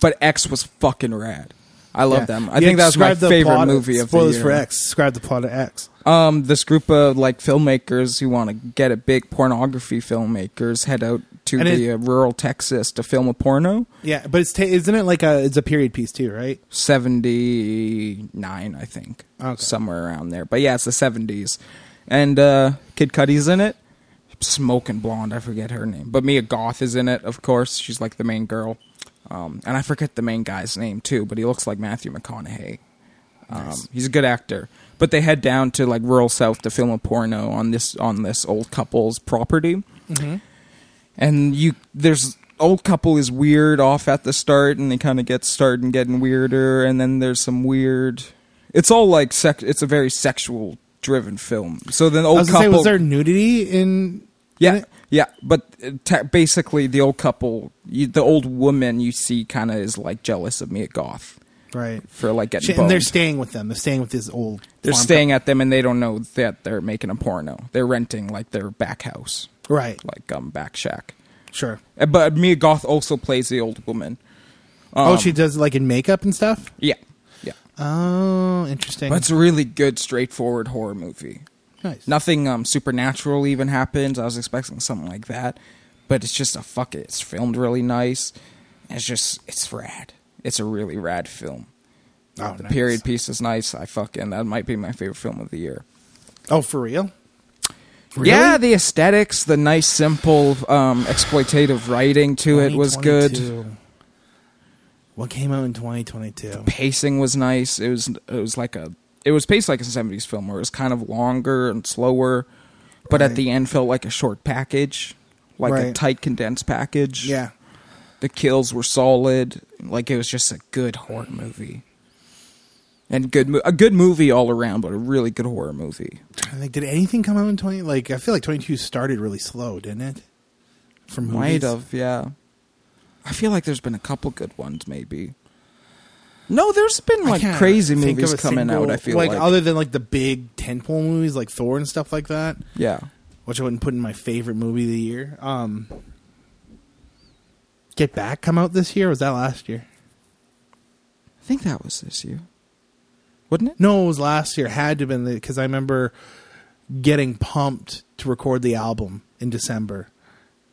but X was fucking rad. I love Yeah. them. I Yeah, think that was my describe the favorite plot movie of the spoilers year. for X. Describe the plot of X. um, this group of like filmmakers who want to get a big pornography filmmakers head out to And the it- uh, rural Texas to film a porno. Yeah, but it's ta- isn't it like a it's a period piece too, right? Seventy nine, I think, Okay. somewhere around there. But yeah, it's the seventies, and uh, Kid Cudi's in it. Smoking blonde, I forget her name, but Mia Goth is in it. Of course, she's like the main girl, um, and I forget the main guy's name too. But he looks like Matthew McConaughey. Um, He's a good actor. But they head down to like rural South to film a porno on this on this old couple's property. Mm-hmm. And you there's old couple is weird off at the start, and they kind of get started and getting weirder, and then there's some weird. It's all like sex. It's a very sexual driven film. So then I old was gonna couple. say, was there nudity in? Yeah, in it? yeah, but uh, ta basically the old couple, you, the old woman you see, kind of is like jealous of Mia Goth right. for like getting. Shit, and they're boned. staying with them. They're staying with this old. They're farm staying at them and they don't know that they're making a porno. They're renting like their back house, co- right. like um back shack. Sure. Uh, But Mia Goth also plays the old woman. um, oh, she does like in makeup and stuff. Yeah, yeah. Oh, interesting. But it's a really good, straightforward horror movie. nice. Nothing um supernatural even happens. I was expecting something like that, but it's just a fuck it. It's filmed really nice. It's just it's rad. It's a really rad film. oh, the nice. period piece is nice. I fucking that might be my favorite film of the year. Oh, for real? Yeah, the aesthetics, the nice, simple, um, exploitative writing to it was good. 2022. What came out in 2022? Pacing was nice. It was it was like a it was paced like a seventies film where it was kind of longer and slower, but at Right. the end felt like a short package, like a Right. tight condensed package. Yeah. the kills were solid. Like it was just a good horror movie, and good mo- a good movie all around, but a really good horror movie. I think did anything come out in 20? Like I feel like 22 started really slow, didn't it? From Might have, yeah. I feel like there's been a couple good ones, maybe. No, there's been I like can't crazy think of movies a coming out. single- I feel like, other than like the big tentpole movies like Thor and stuff like that, yeah, which I wouldn't put in my favorite movie of the year. Um, Get Back come out this year? Or was that last year? I think that was this year, wouldn't it? No, it was last year. Had to have been because I remember getting pumped to record the album in December,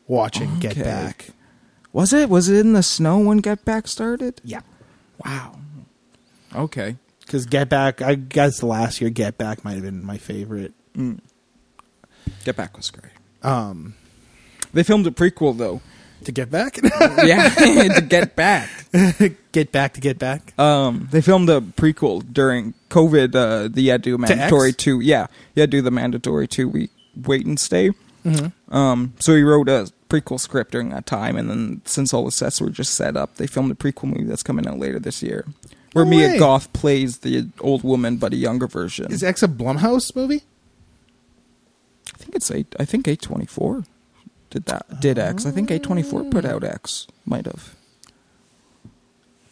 watching Get Okay. Back. Was it? Was it in the snow when Get Back started? Yeah, Wow. Okay. Because Get Back, I guess the last year Get Back might have been my favorite. Get Back was great. Um, They filmed a prequel though. to Get Back, yeah, to Get Back. Get Back to Get Back. Um, they filmed a prequel during COVID. Uh, the yeah, do mandatory X? two. Yeah, yeah, do the mandatory two week wait and stay. Mm-hmm. Um, so he wrote a prequel script during that time, and then since all the sets were just set up, they filmed a prequel movie that's coming out later this year, where No Mia way. Goth plays the old woman but a younger version. Is X a Blumhouse movie? I think it's eight. I think eight twenty four did that. Did X? I think eight twenty four Oh. put out X. Might have.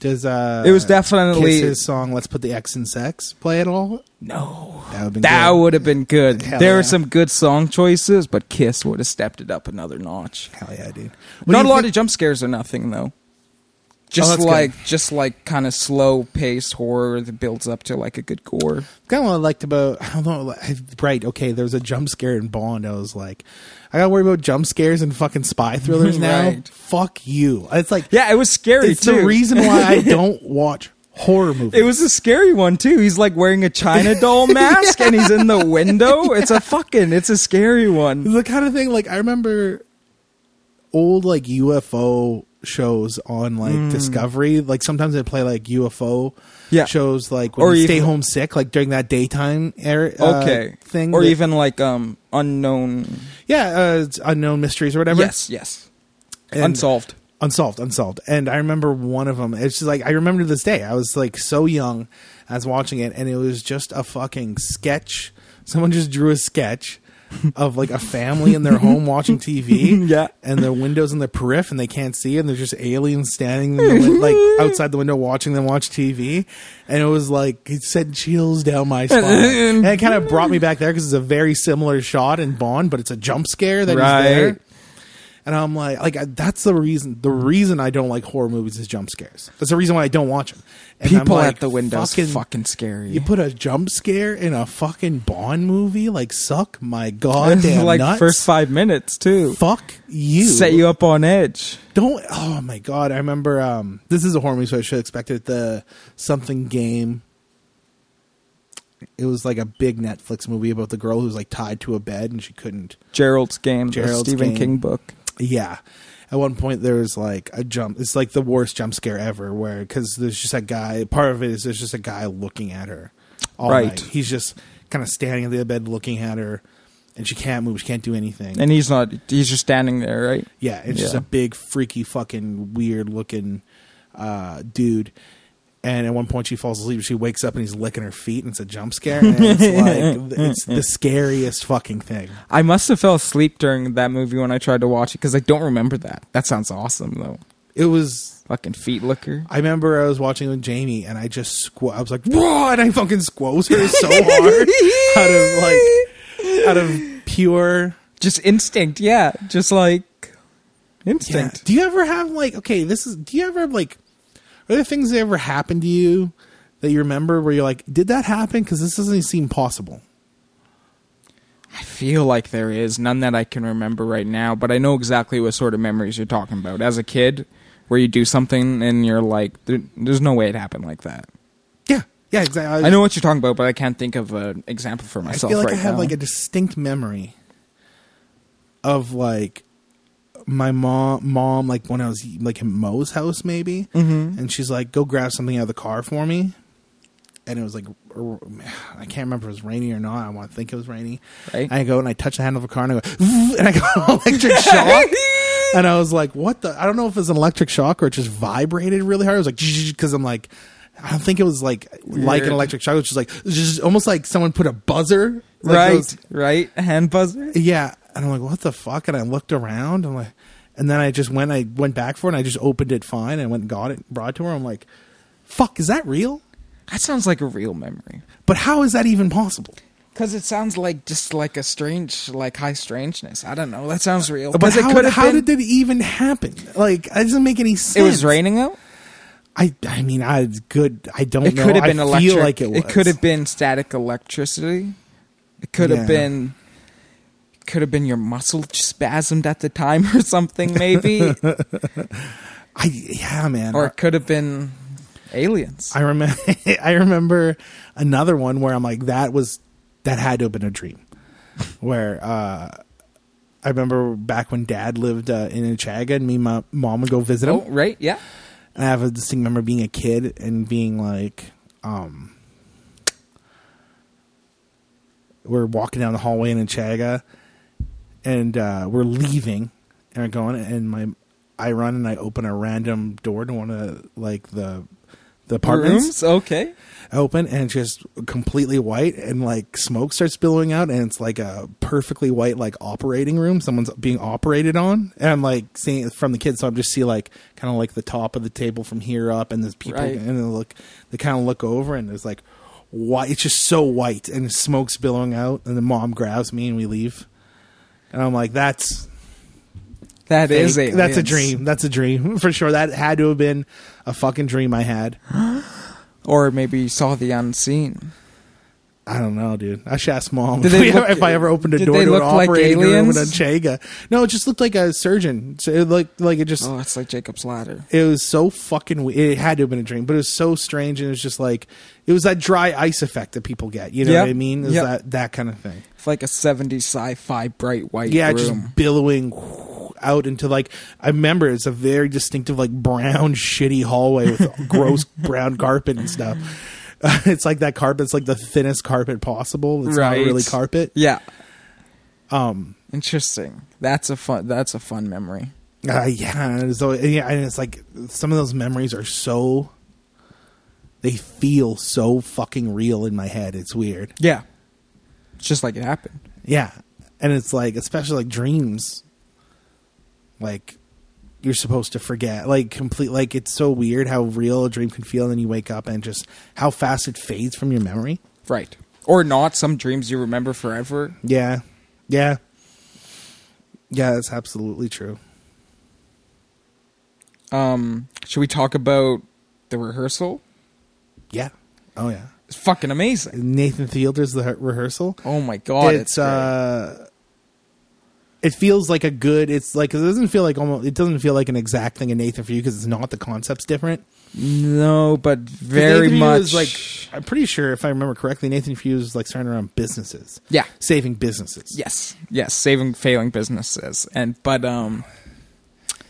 Does uh, It was definitely Kiss's song "Let's Put the X in Sex" play at all? no. That would be That would have been good. Hell there yeah. were some good song choices, but Kiss would have stepped it up another notch. Hell yeah, dude! Not a lot of jump scares or nothing though. Just Oh, that's good. like just like kind of slow paced horror that builds up to like a good gore. kind of what I liked about I don't know. like- Right? Okay, there was a jump scare in Bond. I was like, I gotta worry about jump scares and fucking spy thrillers now. Right. Fuck you! It's like Yeah, it was scary it's too. the reason why I don't watch horror movies. It was a scary one too. He's like wearing a China doll mask and he's in the window. It's a fucking it's a scary one. the kind of thing like I remember old like UFO shows on like Discovery. Like sometimes they play like UFO Hmm. Yeah. shows like when Or you stay even- home sick, like during that daytime era uh, Okay. thing. or that- even like um unknown yeah, uh, it's unknown mysteries or whatever. Yes, yes. And- Unsolved. unsolved, unsolved. And I remember one of them. It's just like I remember to this day. I was like so young, I was watching it, and it was just a fucking sketch. Someone just drew a sketch of like a family in their home watching TV. Yeah. and their windows in the periph, and they can't see, and there's just aliens standing in the win- like outside the window watching them watch TV. And it was like it sent chills down my spine, and it kind of brought me back there because it's a very similar shot in Bond, but it's a jump scare that is Right. there. And I'm like, like I- that's the reason. The reason I don't like horror movies is jump scares. That's the reason why I don't watch them. And I'm People like, at the windows fucking, scary. You put a jump scare in a fucking Bond movie, like suck my goddamn like nuts. first five minutes too. fuck you. Set you up on edge. Don't. Oh my god! I remember. Um, this is a horror movie, so I should expect it. The something game. It was like a big Netflix movie about the girl who's like tied to a bed and she couldn't. Gerald's game, the Gerald's Stephen Game. King book. Yeah. At one point, there was like a jump. It's like the worst jump scare ever, where because there's just a guy. Part of it is there's just a guy looking at her. all Right. night. He's just kind of standing at the bed looking at her, and she can't move. She can't do anything. And he's not he's just standing there, right? Yeah, it's just Yeah. a big, freaky, fucking weird looking uh, dude. And at one point, she falls asleep. She wakes up and he's licking her feet, and it's a jump scare. And it's like it's the scariest fucking thing. I must have fell asleep during that movie when I tried to watch it because I don't remember that. That sounds awesome though. It was. Fucking feet looker. I remember I was watching with Jamie, and I just squ- I was like, "Whoa!" and I fucking squoze her so hard out of like out of pure Just instinct, yeah. Just like Yeah. instinct. Do you ever have like okay, this is do you ever have like are there things that ever happened to you that you remember where you're like, did that happen? Because this doesn't seem possible. I feel like there is none that I can remember right now, but I know exactly what sort of memories you're talking about. As a kid, where you do something and you're like, there, "There's no way it happened like that." Yeah, yeah, exactly. I know what you're talking about, but I can't think of an example for I myself feel like right I have now. like a distinct memory of like my mom, mom, like when I was like in Mo's house, maybe, mm-hmm. and she's like, "Go grab something out of the car for me," and it was like, r- I can't remember if it was rainy or not. I want to think it was rainy. Right. And I go and I touch the handle of a car and I go, and I got an electric shock. and I was like, what the? I don't know if it was an electric shock or it just vibrated really hard. It was like, because I'm like, I don't think it was like like an Weird. electric shock. It was just like, zzz, almost like someone put a buzzer. like right, those- right, hand buzzer. yeah. And I'm like, what the fuck? And I looked around. I'm like, and then I just went, I went back for it and I just opened it fine and went and got it, brought it to her. I'm like, fuck, is that real? That sounds like a real memory But how is that even possible? because it sounds like just like a strange, like high strangeness. I don't know. That sounds real. But 'Cause it how, could have how been- did it even happen? Like, that doesn't make any sense. it was raining out? I, I mean, I it's good. I don't It know. could have been I electric. Feel like it, was. could have been static electricity. It could Yeah. have been. Could have been your muscle spasmed at the time or something, maybe, I yeah, man. or it could have been aliens. I remember I remember another one where I'm like that was that had to have been a dream. Where uh I remember back when dad lived uh, in Chaga and me and my mom would go visit him. oh, right, yeah. And I have a distinct memory of being a kid and being like, um, we're walking down the hallway in Chaga, and uh, we're leaving, and we're going, and my, I run and I open a random door to one of the, like the, the apartments. Rooms, okay. Open and it's just completely white, and like smoke starts billowing out, and it's like a perfectly white like operating room. Someone's being operated on, and I'm like seeing it from the kids, so I'm just see like kind of like the top of the table from here up, and there's people, Right. and they look, they kind of look over, and there's like white. It's just so white, and smoke's billowing out, and the mom grabs me, and we leave, and I'm like, that's That is fake. That's a aliens. dream. That's a dream for sure. That had to have been a fucking dream I had. Or maybe you saw the unseen. I don't know, dude. I should ask mom Did if, they we- look- if I ever opened a did door they to an look like operating room in aliens? Onchega. No, it just looked like a surgeon. So it looked like it just. Oh, it's like Jacob's Ladder. It was so fucking. we- It had to have been a dream, but it was so strange, and it was just like it was that dry ice effect that people get. You know Yep. what I mean? It was Yep. that that kind of thing. It's like a 70s sci-fi bright white Yeah, room. just billowing out into like I remember it's a very distinctive like brown shitty hallway with gross brown carpet and stuff. it's like that carpet's like the thinnest carpet possible. It's Right. not really carpet. yeah. Um Interesting. That's a fun that's a fun memory. Uh, yeah, and so yeah, and it's like some of those memories are so they feel so fucking real in my head. It's weird. Yeah. It's just like it happened. Yeah, and it's like especially like dreams, like you're supposed to forget, like complete, like it's so weird how real a dream can feel, and then you wake up and just how fast it fades from your memory. Right. Or not some dreams you remember forever. Yeah, yeah, yeah. That's absolutely true. Um should we talk about the rehearsal? Yeah. Oh yeah. It's fucking amazing. Nathan Fielder's the rehearsal. Oh my god, it's, it's, great. uh it feels like a good it's like it doesn't feel like almost it doesn't feel like an exact thing in nathan for you because it's not the concept's different no, but Nathan very for You much is, like i'm pretty sure if i remember correctly nathan Few is like starting around businesses Yeah. saving businesses Yes, yes, saving failing businesses, and but um,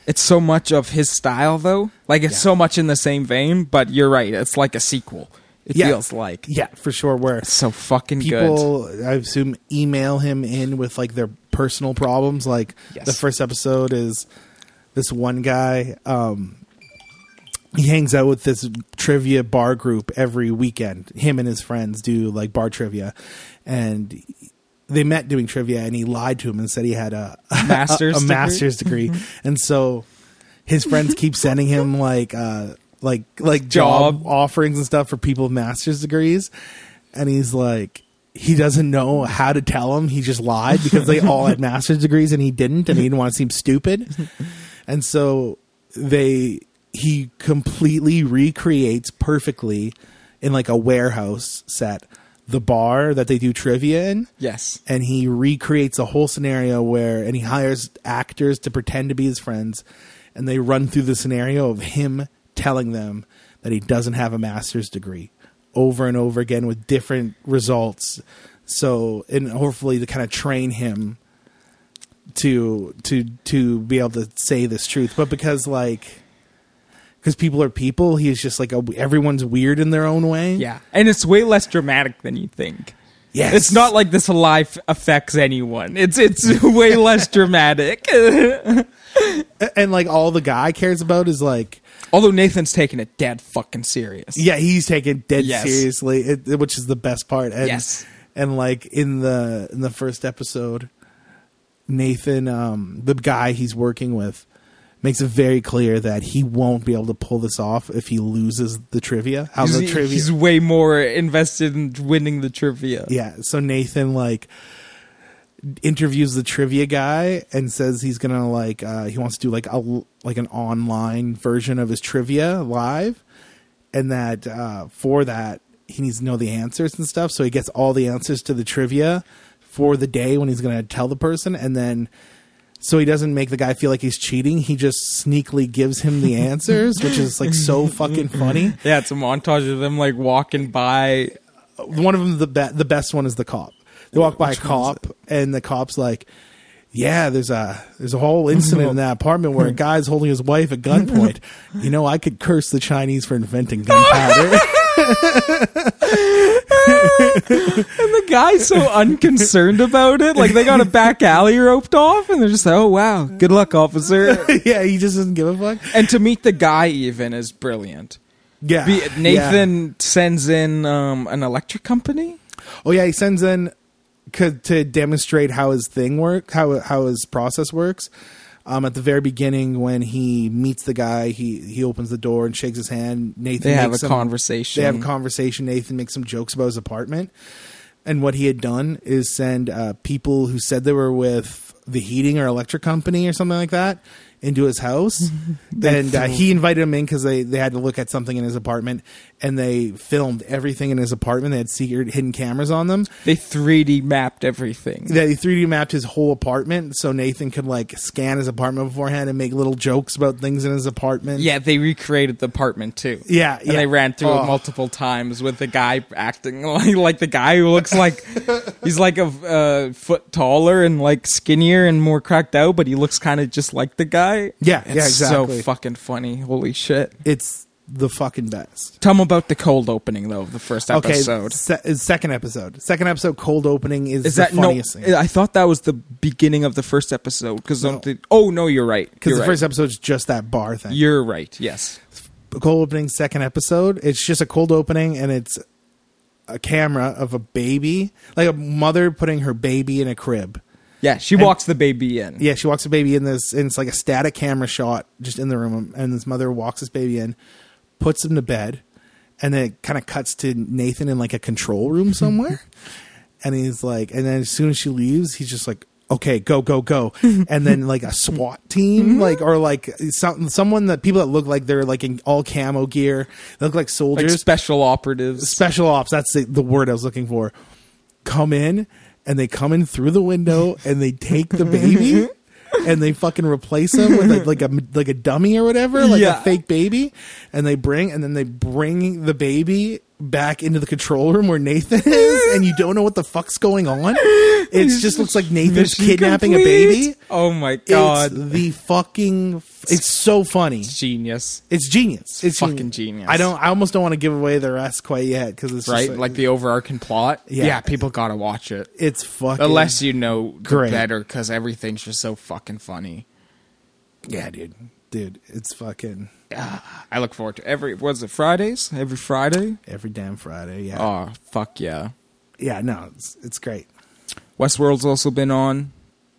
it's so much of his style though. Like it's Yeah. so much in the same vein, but you're right. It's like a sequel. It Yeah. feels like yeah for sure where so fucking good. people i assume email him in with like their personal problems like Yes. the first episode is this one guy um he hangs out with this trivia bar group every weekend him and his friends do like bar trivia and they met doing trivia and he lied to him and said he had a Master's a, degree? Mm-hmm. master's degree and so his friends keep sending him like uh like like job, Job. offerings and stuff for people with master's degrees and he's like he doesn't know how to tell him he just lied because they all had master's degrees and he didn't and he didn't want to seem stupid and so they he completely recreates perfectly in like a warehouse set the bar that they do trivia in Yes, and he recreates a whole scenario where and he hires actors to pretend to be his friends and they run through the scenario of him telling them that he doesn't have a master's degree over and over again with different results so and hopefully to kind of train him to to to be able to say this truth but because like because people are people he's just like a, everyone's weird in their own way yeah, and it's way less dramatic than you think. Yes. It's not like this life affects anyone. It's it's way less dramatic. and like all the guy cares about is like Although Nathan's taking it dead fucking serious. Yeah, he's taken dead Yes. seriously, it, it- which is the best part. And, Yes. and like in the in the first episode, Nathan, um, the guy he's working with, makes it very clear that he won't be able to pull this off if he loses the trivia. How He's, the trivia? he's way more invested in winning the trivia. Yeah. So Nathan like interviews the trivia guy and says he's gonna like uh, he wants to do like a like an online version of his trivia live, and that uh, for that he needs to know the answers and stuff. So he gets all the answers to the trivia for the day when he's gonna tell the person, and then so he doesn't make the guy feel like he's cheating. He just sneakily gives him the answers, which is like so fucking funny. Yeah, it's a montage of them like walking by. one of them the be- the best one is the cop. They walk by a cop and the cop's like, "Yeah, there's a there's a whole incident in that apartment where a guy's holding his wife at gunpoint. You know, I could curse the Chinese for inventing gunpowder." And the guy's so unconcerned about it. Like they got a back alley roped off, and they're just like, "Oh wow, good luck, officer." yeah, he just doesn't give a fuck. and to meet the guy even is brilliant. Yeah, Be- yeah. Nathan sends in um, an electric company. Oh yeah, he sends in c- to demonstrate how his thing works, how how his process works. Um, at the very beginning, when he meets the guy, he he opens the door and shakes his hand. Nathan They have a makes him- conversation. They have a conversation. Nathan makes some jokes about his apartment, and what he had done is send uh, people who said they were with the heating or electric company or something like that into his house, and uh, he invited them in because they they had to look at something in his apartment, and they filmed everything in his apartment. They had secret hidden cameras on them. they 3D mapped everything. That he 3D mapped his whole apartment so Nathan could like scan his apartment beforehand and make little jokes about things in his apartment. Yeah, they recreated the apartment too. Yeah, and yeah. they ran through Oh. it multiple times with the guy acting like, like the guy who looks like he's like a uh, foot taller and like skinnier and more cracked out, but he looks kind of just like the guy. Yeah, it's yeah, exactly. So fucking funny. Holy shit! It's the fucking best. Tell 'em about the cold opening though of the first episode. Okay, se- is second episode. Second episode cold opening is, Is the that no? funniest thing. I thought that was the beginning of the first episode because oh no, you're right. Because You're the right. first episode's just that bar thing. you're right. Yes. cold opening, second episode. It's just a cold opening and it's a camera of a baby, like a mother putting her baby in a crib. Yeah, she walks the baby in. Yeah, she walks the baby in this, and it's like a static camera shot just in the room. And this mother walks this baby in, puts him to bed, and then it kind of cuts to Nathan in like a control room somewhere. and he's like, and then as soon as she leaves, he's just like, okay, go, go, go. and then like a SWAT team, like, or like some, someone that people that look like they're like in all camo gear, they look like Like soldiers special operatives. special ops that's the, the word i was looking for come in and they come in through the window and they take the baby and they fucking replace him with like, like a like a dummy or whatever like Yeah. a fake baby and they bring and then they bring the baby back into the control room where nathan is and you don't know what the fuck's going on it just looks like nathan's Mission kidnapping complete. a baby Oh my god. it's the fucking f- it's so funny genius. it's genius. It's fucking genius. I don't. I almost don't want to give away the rest quite yet because it's just Right? Like the overarching plot. Yeah. Yeah, people gotta watch it. it's fucking Unless you know the Great. better because everything's just so fucking funny. yeah, dude, dude. It's fucking Ah, I look forward to every was it Fridays? Every Friday? every damn Friday. Yeah, Oh fuck yeah. yeah. No, it's it's great. Westworld's also been on.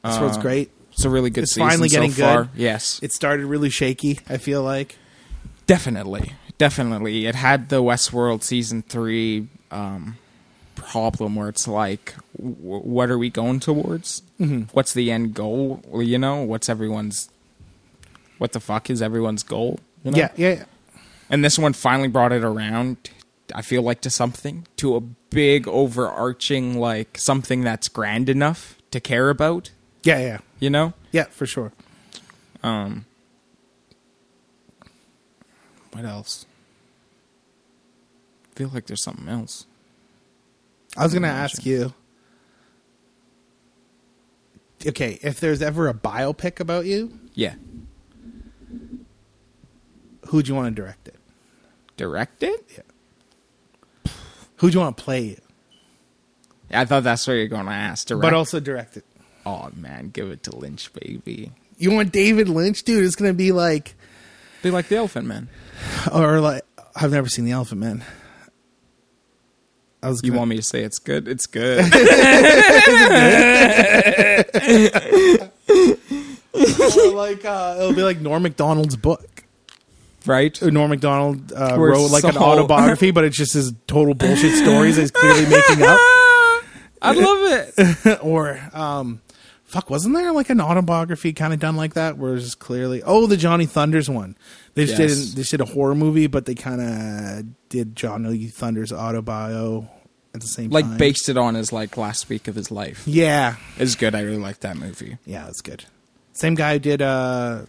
This Uh. world's great. It's a really good It's season finally getting so far. good. Yes. It started really shaky. I feel like Definitely, definitely. It had the Westworld season three um, problem where it's like, w- what are we going towards? Mm-hmm. What's the end goal? Well, You know, what's everyone's? What the fuck is everyone's goal? You know? yeah, yeah, yeah. And this one finally brought it around. I feel like to something, to a big overarching like something that's grand enough to care about. yeah, yeah, You know, yeah, for sure. what else? I feel like there's something else. I was gonna ask you. Okay, if there's ever a biopic about you, Yeah, who'd you want to direct it? direct it. Who'd you want to play you? Yeah, I thought that's what you're going to ask. Direct. But also direct it. oh man, give it to Lynch, baby. You want David Lynch, dude? It's gonna be like, They like the Elephant Man. or like, I've never seen The Elephant Man. I was. You gonna- want me to say it's good? It's good. Or like uh, it'll be like Norm Macdonald's book. right? Norm Macdonald uh, Where wrote like it's an all- autobiography, but it's just his total bullshit stories that he's clearly making up. I love it. or um, fuck, wasn't there like an autobiography kind of done like that where it's just clearly oh the Johnny Thunders one. They just Yes. didn't. They just did a horror movie, but they kind of did Johnny Thunders autobio at the same time. Like based it on his like last week of his life. Yeah, It's good. I really like that movie. yeah, that's good. Same guy who did uh,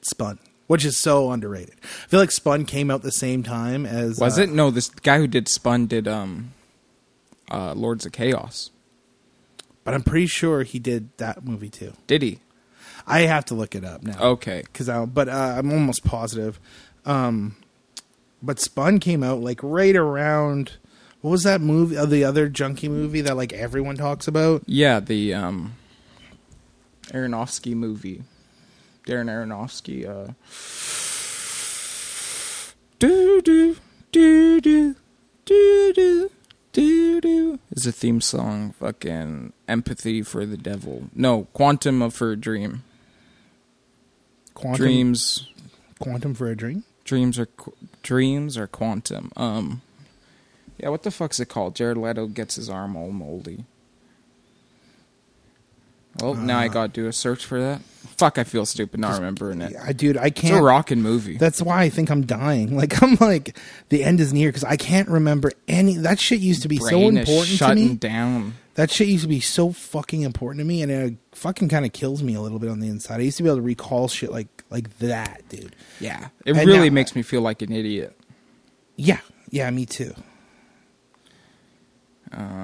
Spun, which is so underrated. I feel like Spun came out the same time as Was uh, it? No, this guy who did Spun did um, uh, Lords of Chaos. But I'm pretty sure he did that movie too. Did he? I have to look it up now. Okay. because I but uh, I'm almost positive. Um, but Spun came out like right around what was that movie? Uh, the other junkie movie that like everyone talks about. Yeah, the um, Aronofsky movie. Darren Aronofsky. Uh, do do do do do do do do is a theme song. Fucking empathy for the devil. No, quantum of for a dream. Quantum, Dreams, Quantum for a Dream. dreams are qu- dreams are quantum. Um, yeah, what the fuck's it called? Jared Leto gets his arm all moldy. Well, now Uh, I gotta do a search for that. Fuck, I feel stupid not remembering it. I dude, I It's a can't. rockin' movie. That's why I think I'm dying. Like I'm like the end is near because I can't remember any. That shit used to be Brain so is important to shutting me. down. That shit used to be so fucking important to me, and it fucking kind of kills me a little bit on the inside. I used to be able to recall shit like like that, dude. Yeah, it And really now- makes me feel like an idiot. Yeah, yeah, me too.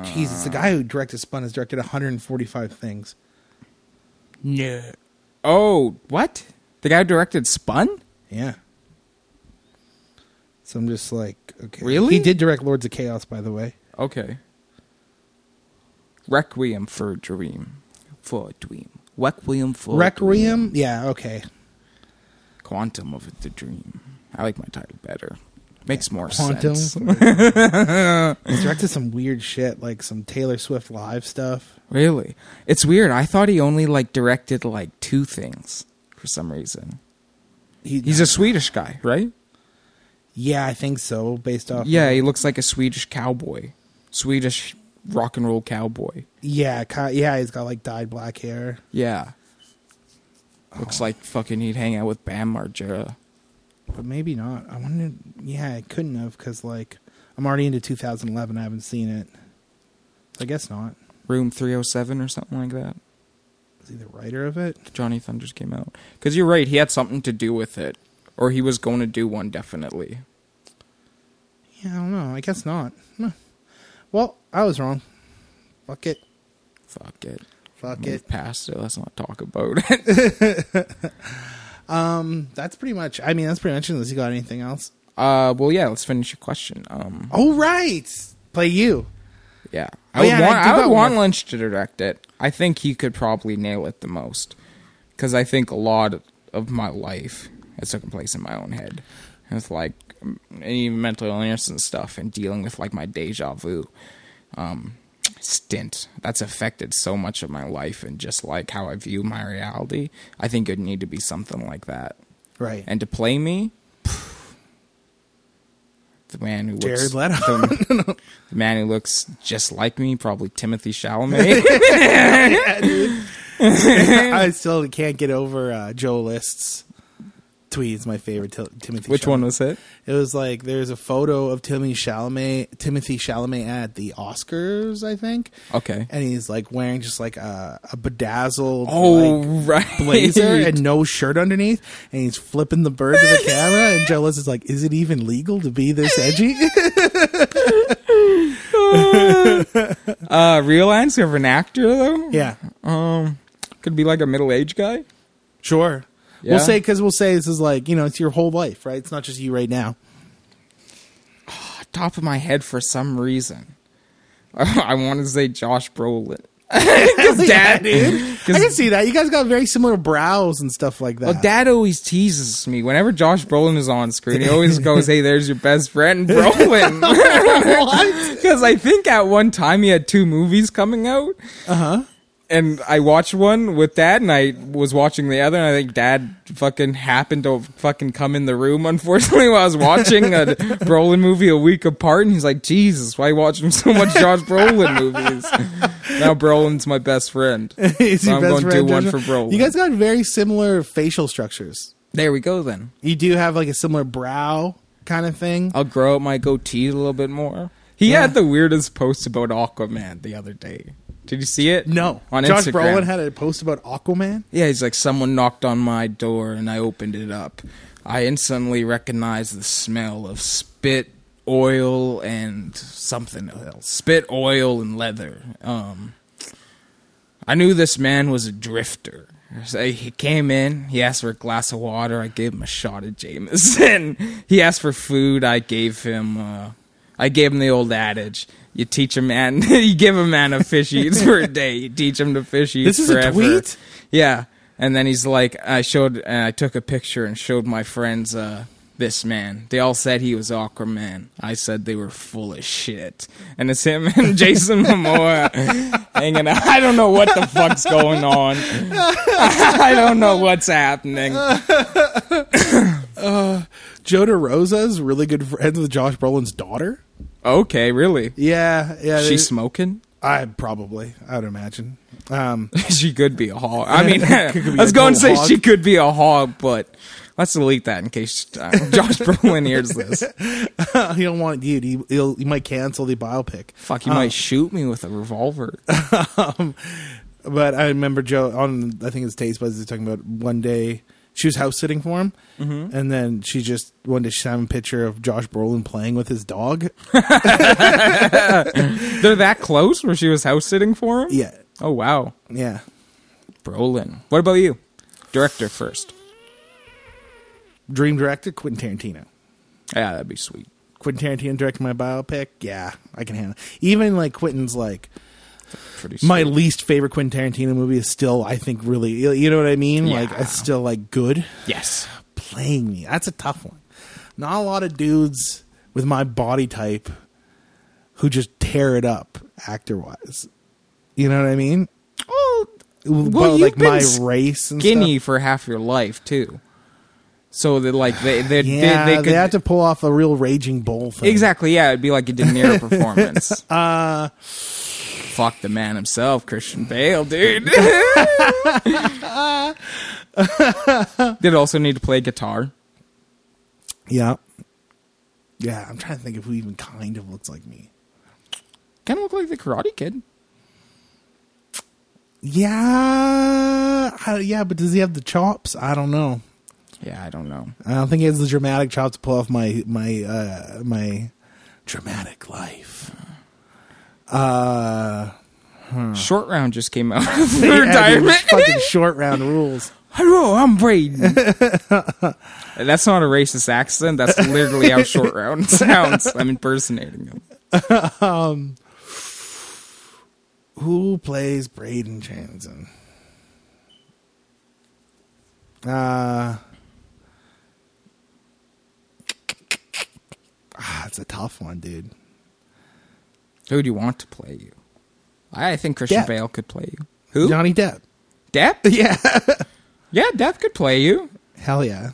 Jesus, the guy who directed Spun has directed 145 things. No. Oh, what? The guy who directed Spun? Yeah. So I'm just like, okay. Really? He did direct Lords of Chaos, by the way. Okay. Requiem for a Dream. For a Dream. Requiem for a Requiem? Yeah, okay. Quantum of the Dream. I like my title better. Makes more Quantum. sense. he directed some weird shit, like some Taylor Swift live stuff. Really? It's weird. I thought he only like directed like two things for some reason. He, He's a Swedish guy, right? yeah, I think so, based off. Yeah, he looks like a Swedish cowboy. Swedish rock and roll cowboy. Yeah, ki- yeah, he's got like dyed black hair. Yeah. Looks like fucking he'd hang out with Bam Margera. but maybe not. I wanted, yeah, I couldn't have because like I'm already into 2011. I haven't seen it. So I guess not. Room 307 or something like that. Is he the writer of it? Johnny Thunders came out. Because you're right, he had something to do with it. Or he was going to do one, definitely. Yeah, I don't know. I guess not. Huh. Well, I was wrong. Fuck it. Fuck it. Fuck Move it. past it. Let's not talk about it. Mm, That's pretty much. I mean, that's pretty much. it, Unless you got anything else. uh, well, yeah, let's finish your question. Um, Oh right, play you. yeah. Oh, I would yeah, want, I do I got would want one. Lynch to direct it. I think he could probably nail it the most. Because I think a lot of my life has taken place in my own head. And It's like, um, and even mental illness and stuff, and dealing with like my deja vu. um, stint that's affected so much of my life and just like how I view my reality. I think it'd need to be something like that. Right. And to play me, the man who Jared looks, Leto. The, the man who looks just like me, probably Timothy Chalamet. I still can't get over uh, Joe List's tweet. It's my favorite. Til- Timothy. Which one Chalamet. was it? It was like there's a photo of Timothy Chalamet, Timothy Chalamet at the Oscars, I think. Okay. and he's like wearing just like a, a bedazzled Oh like, right, blazer and no shirt underneath, and he's flipping the bird to the camera. And Joe List is like, "Is it even legal to be this edgy?" uh, real answer of an actor though. yeah, Um, could be like a middle-aged guy. sure. Yeah. We'll say because we'll say this is like you know it's your whole life, right? It's not just you right now. top of my head for some reason. I want to say Josh Brolin. Because Yeah, dad, dude. I can see that. You guys got very similar brows and stuff like that. Well, dad always teases me. Whenever Josh Brolin is on screen, he always goes, Hey, there's your best friend, Brolin. What? Because I think at one time he had two movies coming out. Uh Uh-huh. huh. And I watched one with dad, and I was watching the other, and I think dad fucking happened to fucking come in the room, unfortunately, while I was watching a Brolin movie a week apart. And he's like, Jesus, why are you watching so much Josh Brolin movies? now Brolin's my best friend. Is So your I'm best going friend to do one Josh- for Brolin. You guys got very similar facial structures. There we go, then. You do have like a similar brow kind of thing. I'll grow out my goatee a little bit more. He had the weirdest post about Aquaman the other day. Did you see it? No, On Josh Instagram. Brolin had a post about Aquaman. Yeah, he's like, someone knocked on my door and I opened it up. I instantly recognized the smell of spit, oil, and something else. Spit, oil, and leather. Um, I knew this man was a drifter. So he came in, he asked for a glass of water. I gave him a shot of Jameson. he asked for food. I gave him. Uh, I gave him the old adage: you teach a man, you give a man a fish he eats for a day. You teach him to fish he This eats is a forever. tweet? Yeah, and then he's like, I showed, uh, I took a picture and showed my friends uh, this man. They all said he was Aquaman. I said they were full of shit, and it's him and Jason Momoa hanging out. I don't know what the fuck's going on. I don't know what's happening. Joe DeRosa is really good friends with Josh Brolin's daughter. Okay, really? Yeah, yeah. they- She's smoking. I probably, I would imagine. Um, she could be a hog. I Could mean, be I a was going total to say hog. she could be a hog, but let's delete that in case uh, Josh Brolin hears this. he don't want you. He, he'll, he might cancel the biopic. Fuck, you might shoot me with a revolver. Um, But I remember Joe on I think it's Taste Buds is talking about one day she was house sitting for him, and then she just one day she found a picture of Josh Brolin playing with his dog. They're that close where she was house sitting for him? Yeah, Oh, wow. yeah. Brolin. What about you? Director first. Dream director Quentin Tarantino. Yeah, Ah, that'd be sweet. Quentin Tarantino directing my biopic. Yeah, I can handle. Even like Quentin's like Pretty sweet. my least favorite Quentin Tarantino movie is still I think really you know what I mean. Yeah. Like it's still like good. yes. playing me. That's a tough one. Not a lot of dudes with my body type who just tear it up actor wise. You know what I mean? Oh, But, well, like you've my been skinny race and for half your life, too. So that, like, they, they, stuff. Yeah, they, they, they could. have to pull off a real raging bull thing. Exactly. Yeah, it'd be like a De Niro performance. uh, fuck the man himself, Christian Bale, dude. They'd also need to play guitar. Yeah. Yeah, I'm trying to think if who even kind of looks like me. Kind of look like the Karate Kid. Yeah, I- yeah, but does he have the chops? I don't know. Yeah, I don't know. I don't think he has the dramatic chops to pull off my my uh, my dramatic life. Uh, Short Round just came out for yeah, dude, retirement. fucking short round rules. Hello, I'm Braden. that's not a racist accent. That's literally how Short Round sounds. I'm impersonating him. Who plays Braden Jansen? Uh, ah, it's a tough one, dude. Who do you want to play you? I think Christian Depp. Bale could play you. Who? Johnny Depp. Depp? Yeah, Yeah, Death could play you. hell yeah.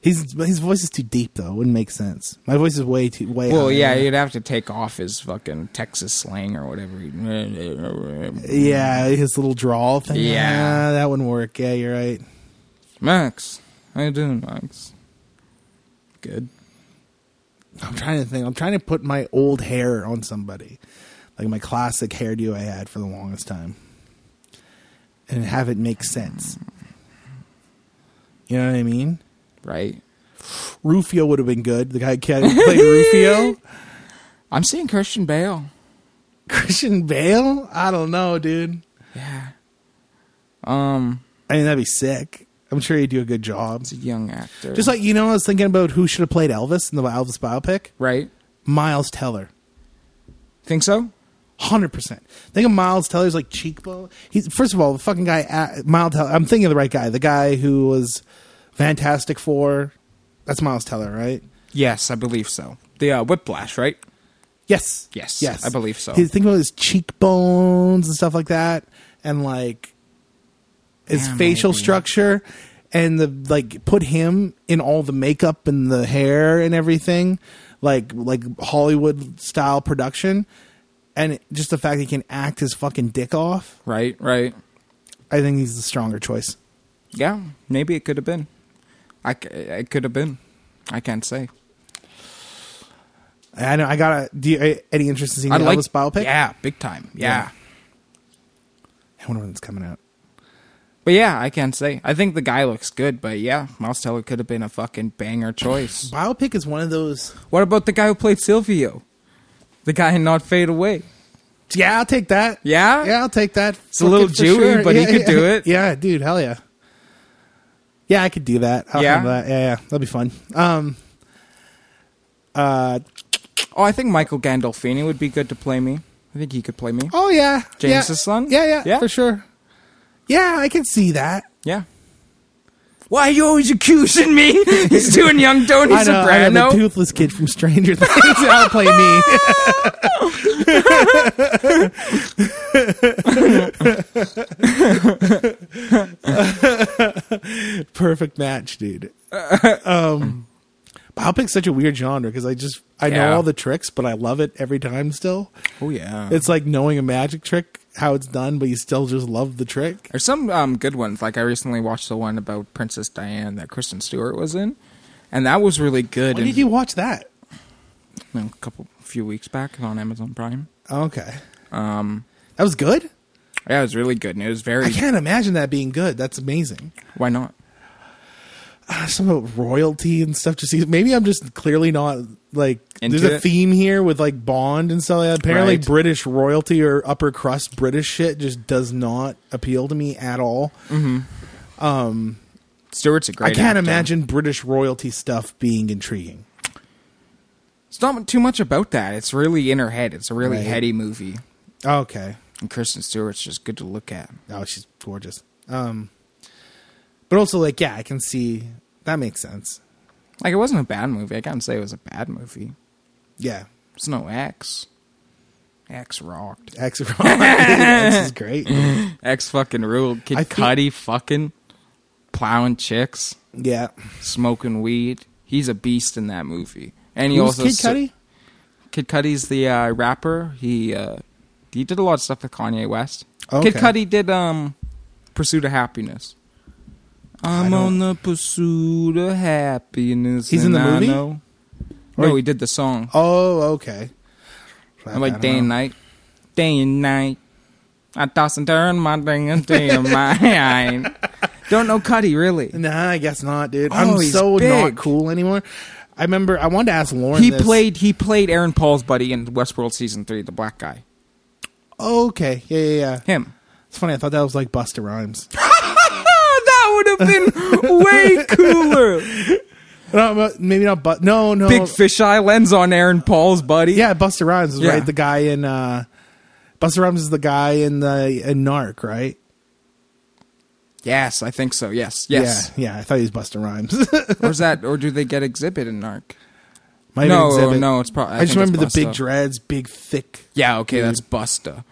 His his voice is too deep though. Wouldn't make sense. My voice is way too way. Well, high. yeah, you'd have to take off his fucking Texas slang or whatever. he- Yeah, his little drawl thing. Yeah. Ah, that wouldn't work. Yeah, you're right. Max, how you doing, Max? Good. I'm trying to think. I'm trying to put my old hair on somebody, like my classic hairdo I had for the longest time, and have it make sense. You know what I mean? Right. Rufio would have been good. The guy who played Rufio, I'm seeing Christian Bale. Christian Bale. I don't know, dude. Yeah. Um, I mean, that'd be sick. I'm sure he'd do a good job. he's a young actor. Just like you know, I was thinking about who should have played Elvis in the Elvis biopic. right? Miles Teller. Think so? Hundred percent. Think of Miles Teller's like cheekbone. He's first of all the fucking guy. uh, Miles Teller. I'm thinking of the right guy. The guy who was Fantastic Four. That's Miles Teller, right? Yes, I believe so. The uh, Whiplash, right? Yes. Yes, Yes. I believe so. He's thinking about his cheekbones and stuff like that, and like his Yeah, facial maybe. structure, and the like. Put him in all the makeup and the hair and everything, like like Hollywood style production, and just the fact he can act his fucking dick off. Right, right. I think he's the stronger choice. Yeah, maybe it could have been. I c- it could have been. I can't say. I know. I gotta. Do you, any interest in seeing the Elvis biopic? Yeah, big time. Yeah. wonder when it's coming out. But yeah, I can't say. I think the guy looks good, but yeah, Miles Teller could have been a fucking banger choice. Biopic is one of those. what about the guy who played Silvio? The guy in Not Fade Away. Yeah, I'll take that. Yeah? yeah, I'll take that. It's a little Jewy, but he could do it. Yeah, dude, hell yeah. Yeah, I could do that. I'll Yeah? handle that. yeah, yeah, that'll be fun. Um, uh, Oh, I think Michael Gandolfini would be good to play me. I think he could play me. oh yeah, James's yeah. son? Yeah, yeah, Yeah? for sure. Yeah, I can see that. Yeah. Why are you always accusing me? He's doing young Tony I know, I know Soprano. the toothless kid from Stranger Things. I'll play me. Perfect match, dude. Um, biopic's such a weird genre because I just I Yeah. know all the tricks, but I love it every time. Still, oh yeah. it's like knowing a magic trick how it's done, but you still just love the trick. There's some um, good ones. Like I recently watched the one about Princess Diane that Kristen Stewart was in, and that was really good. When and, did you watch that? you know, a couple few weeks back on Amazon Prime. Okay, um, that was good. Yeah, it was really good, and it was I very. can't imagine that being good. That's amazing. Why not? Ah, Some about royalty and stuff. Just maybe I'm just clearly not like. Into there's a it? theme here with like Bond and stuff. like that. Apparently, Right. British royalty or upper crust British shit just does not appeal to me at all. Stewart's a I great. can't actor. imagine British royalty stuff being intriguing. It's not too much about that. It's really in her head. It's a really Right. heady movie, Okay. and Kristen Stewart's just good to look at. Oh, she's gorgeous. Um, but also like yeah, I can see that makes sense. Like it wasn't a bad movie. I can't say it was a bad movie. Yeah, It's no X. X rocked. X, X is great. X fucking ruled. Kid I think- Cudi fucking plowing chicks. Yeah. smoking weed. He's a beast in that movie. And he Who's also Kid si- Cudi? Kid Cudi's the uh, rapper. He uh, he did a lot of stuff with Kanye West. Okay. Kid Cudi did um, Pursuit of Happiness. I'm don't- on the pursuit of happiness. He's in the and I movie? know- Or- No, he did the song. Oh, okay. I like don't day know. and night, day and night. I toss and turn my thing into your mind. Don't know Cuddy really. Nah, I guess not, dude. Oh, I'm he's so not big. cool anymore. I remember I wanted to ask Lauren. He this. played he played Aaron Paul's buddy in Westworld season three, the black guy. Oh, okay, yeah, yeah, yeah. Him. It's funny. I thought that was like Busta Rhymes. that would have been way cooler. No, but maybe not. But no, no. Big fisheye lens on Aaron Paul's buddy. yeah, Busta Rhymes is Yeah. right. The guy in uh, Busta Rhymes is the guy in the in Narc, right? Yes, I think so. Yes. Yes. Yeah, yeah. I thought he was Busta Rhymes. or is that or do they get exhibit in Narc? Might have No, been Exhibit. no, it's probably I, just remember the big dreads, big thick. Yeah, okay, that's Busta.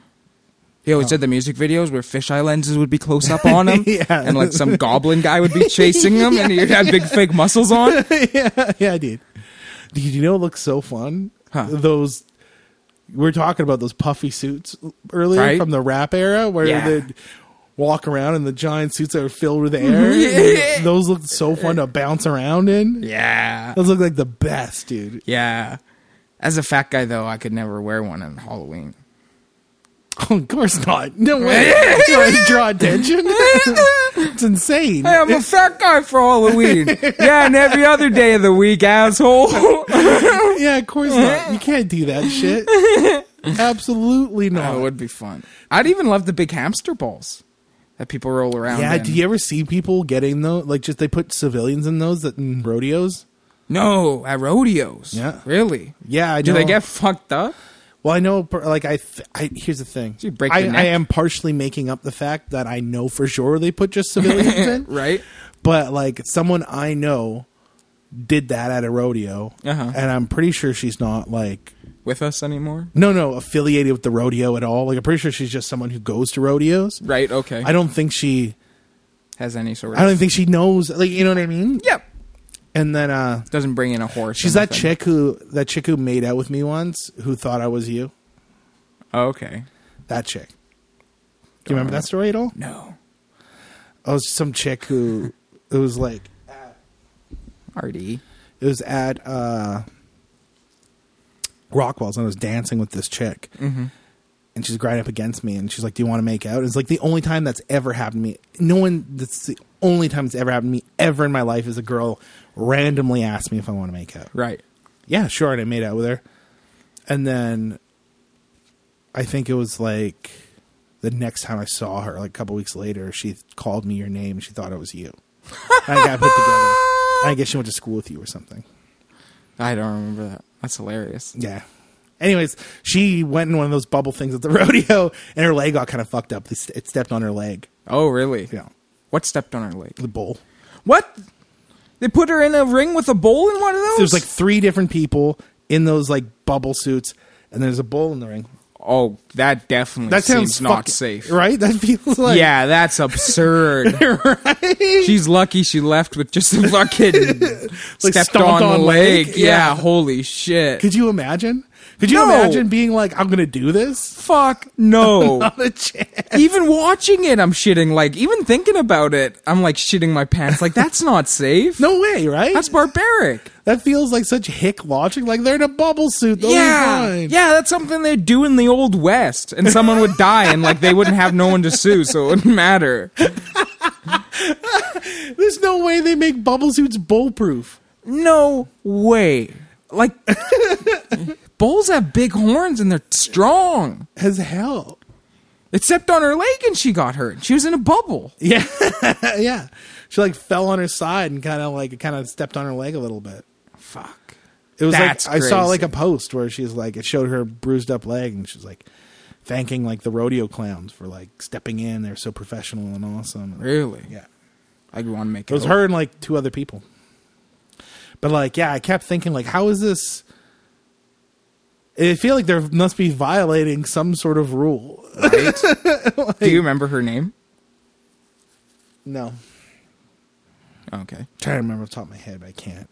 He always did the music videos where fisheye lenses would be close up on him, Oh. Yeah. and like some goblin guy would be chasing him, and he'd have big fake muscles on. yeah, yeah, I did. Did you know it looks so fun? Huh. Those we were talking about those puffy suits earlier Right. from the rap era where Yeah. they'd walk around in the giant suits that were filled with air. Yeah. those looked so fun to bounce around in. Yeah, Those look like the best, dude. yeah. As a fat guy, though, I could never wear one on Halloween. of course not. No way. you want to draw attention? it's insane. Hey, I'm a fat guy for Halloween. yeah, and every other day of the week, asshole. Oh, yeah, of course not. You can't do that shit. Absolutely not. that would be fun. I'd even love the big hamster balls that people roll around. Yeah, in. do you ever see people getting those? Like, just they put civilians in those that in rodeos. No, at rodeos. Yeah. really. Yeah, I Do know. they get fucked up? Well, I know. per- Like, I, th- I here's the thing. you break I, the neck? I am partially making up the fact that I know for sure they put just civilians in, Right. but like someone I know did that at a rodeo, Uh-huh. and I'm pretty sure she's not like With us anymore? no, no affiliated with the rodeo at all. Like, I'm pretty sure she's just someone who goes to rodeos. Right. Okay. I don't think she. Has any sort of? I don't think she knows. Like, you know what I mean? Yep. And then, uh, Doesn't bring in a horse. She's or that nothing. chick who that chick who made out with me once, who thought I was you. Oh, okay. That chick. Do you remember that story at all? Uh, No. Oh, it was some chick who it was like RD. it was at uh Rockwell's and I was dancing with this chick. and she's grinding up against me and she's like, Do you want to make out? And it's like the only time that's ever happened to me. No one that's the only time it's ever happened to me ever in my life is a girl randomly asked me if I want to make out. Right. Yeah, sure, and I made out with her. And then I think it was like the next time I saw her, like a couple weeks later, she called me your name and she thought it was you. And I got put together. And I guess she went to school with you or something. I don't remember that. That's hilarious. Yeah. Anyways, she went in one of those bubble things at the rodeo, and her leg got kind of fucked up. They st- It stepped on her leg. Oh, really? Yeah, What stepped on her leg? the bull. What? They put her in a ring with a bowl in one of those? There's like three different people in those like bubble suits, and there's a bull in the ring. oh, that definitely That sounds seems not fucking- safe. right? That feels like yeah, that's absurd. right? She's lucky she left with just a fucking stepped stomped on, on the leg. leg. Yeah. Yeah, holy shit. Could you imagine? Could you No. imagine being like, "I'm gonna do this"? Fuck no. Not a chance. even watching it, I'm shitting. Like, even thinking about it, I'm like shitting my pants. Like, that's not safe. No way, right? That's barbaric. that feels like such hick logic. Like they're in a bubble suit. They'll be yeah, fine. yeah, that's something they do in the old west, and someone would die, and like they wouldn't have no one to sue, so it wouldn't matter. There's no way they make bubble suits bullproof. No way. Like, bulls have big horns and they're strong. As hell. It stepped on her leg, and she got hurt. She was in a bubble. Yeah, yeah. She like fell on her side and kind of like kind of stepped on her leg a little bit. Fuck. It was That's like I saw crazy. like a post where she's like it showed her bruised up leg and she's like thanking like the rodeo clowns for like stepping in. They're so professional and awesome. Really? Yeah, I want to make it. it was her and like two other people. But like, yeah, I kept thinking like, how is this? I feel like there must be violating some sort of rule. Right? do you remember her name? No, Okay. trying to remember off the top of my head, but I can't.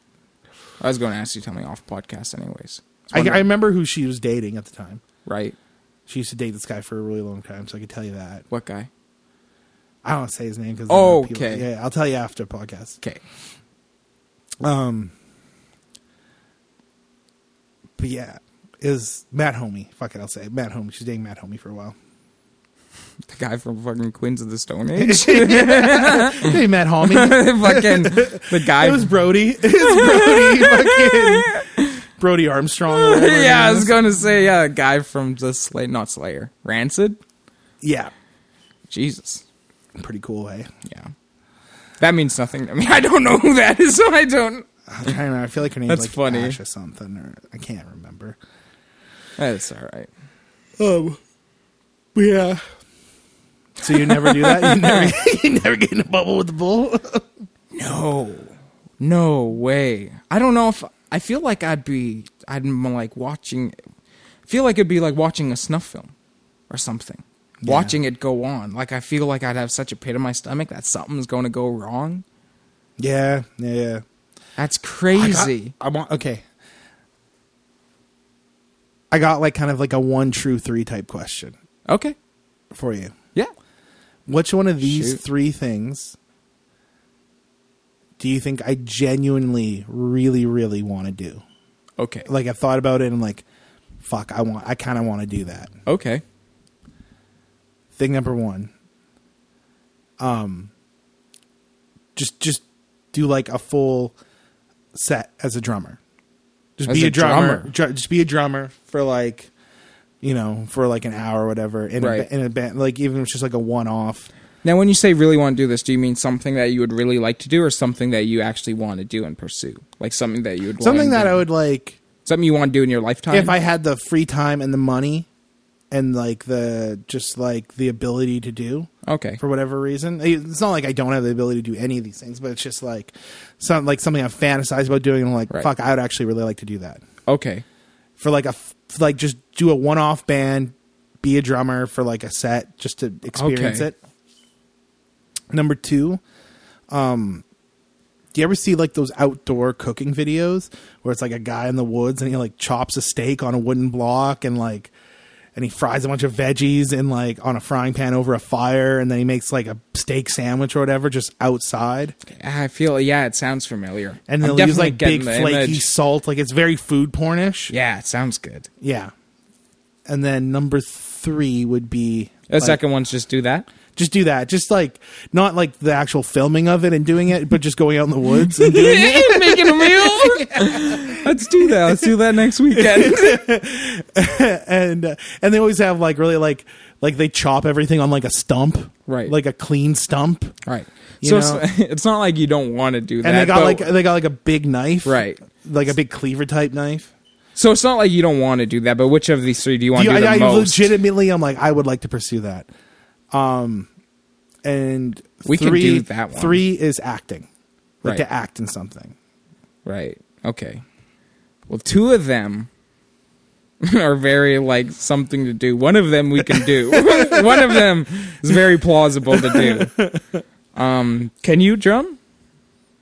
I was going to ask you to tell me off podcast, anyways. I, wondering- I remember who she was dating at the time. right. She used to date this guy for a really long time, so I could tell you that. What guy? I don't want to say his name because Oh, okay. yeah, I'll tell you after podcast. Okay. Um, but yeah, is Matt Homie? Fuck it, I'll say it. Matt Homie. She's dating Matt Homie for a while. The guy from fucking Queens of the Stone Age? hey, Matt Homie. fucking the guy. It was Brody. It's Brody. Fucking Brody Armstrong. or whatever his yeah, I name was is. going to say, yeah, the guy from the Slayer, not Slayer, Rancid. yeah. Jesus. Pretty cool, eh? Yeah. That means nothing to me. I don't know who that is, so I don't. I'm trying to remember. I feel like her name's That's like funny. Ash or something, or I can't remember. That's all right. Um, yeah. So you never do that? You never, you never get in a bubble with the bull? No, Oh, no way. I don't know if I feel like I'd be. I'd be like watching. I feel like it'd be like watching a snuff film or something. Watching it go on, like I feel like I'd have such a pit in my stomach that something's going to go wrong. yeah, yeah, yeah. That's I got- crazy. I want okay. I got like kind of like a one true three type question Okay, for you. yeah. Which one of these Shoot. three things do you think I genuinely really really want to do? Okay, Like I've thought about it and I'm like fuck, I want I kind of want to do that. okay. Thing number 1. Um just just do like a full set as a drummer. Just As be a, a drummer. drummer. Dr- just be a drummer for like you know, for like an hour or whatever in a Right. ba- in a band like even if it's just like a one off. Now, when you say really want to do this, do you mean something that you would really like to do, or something that you actually want to do and pursue, like something that you would Something wanna that do- I would like something you want to do in your lifetime? if I had the free time and the money and like the just like the ability to do okay, for whatever reason. It's not like I don't have the ability to do any of these things, but it's just like some like something I've fantasized about doing and I'm like Right. fuck, I would actually really like to do that. okay, For like a f- like just do a one off band, be a drummer for like a set just to experience Okay. it. Number 2, um do you ever see like those outdoor cooking videos where it's like a guy in the woods and he like chops a steak on a wooden block and like and he fries a bunch of veggies in like on a frying pan over a fire and then he makes like a steak sandwich or whatever just outside I feel yeah, it sounds familiar. and I'm they'll use definitely like getting big the flaky image. salt like it's very food pornish Yeah, it sounds good. yeah and then number th- three would be The like, second one's just do that. just do that. Just like not like the actual filming of it and doing it, but just going out in the woods and doing it. Making a meal. Let's do that. Let's do that next weekend. And uh, and they always have like really like like they chop everything on like a stump, Right. Like a clean stump. right. You so it's, know? it's not like you don't want to do that. And they got but- like they got like a big knife, Right. Like a big cleaver type knife. so it's not like you don't want to do that. But which of these three do you want You- to do the I, I most? legitimately, I'm like, I would like to pursue that. Um, and We can three, do that one. Three is acting, like Right. to act in something. Right. Okay. Well, two of them are very like something to do. One of them we can do. One of them is very plausible to do. Um, can you drum?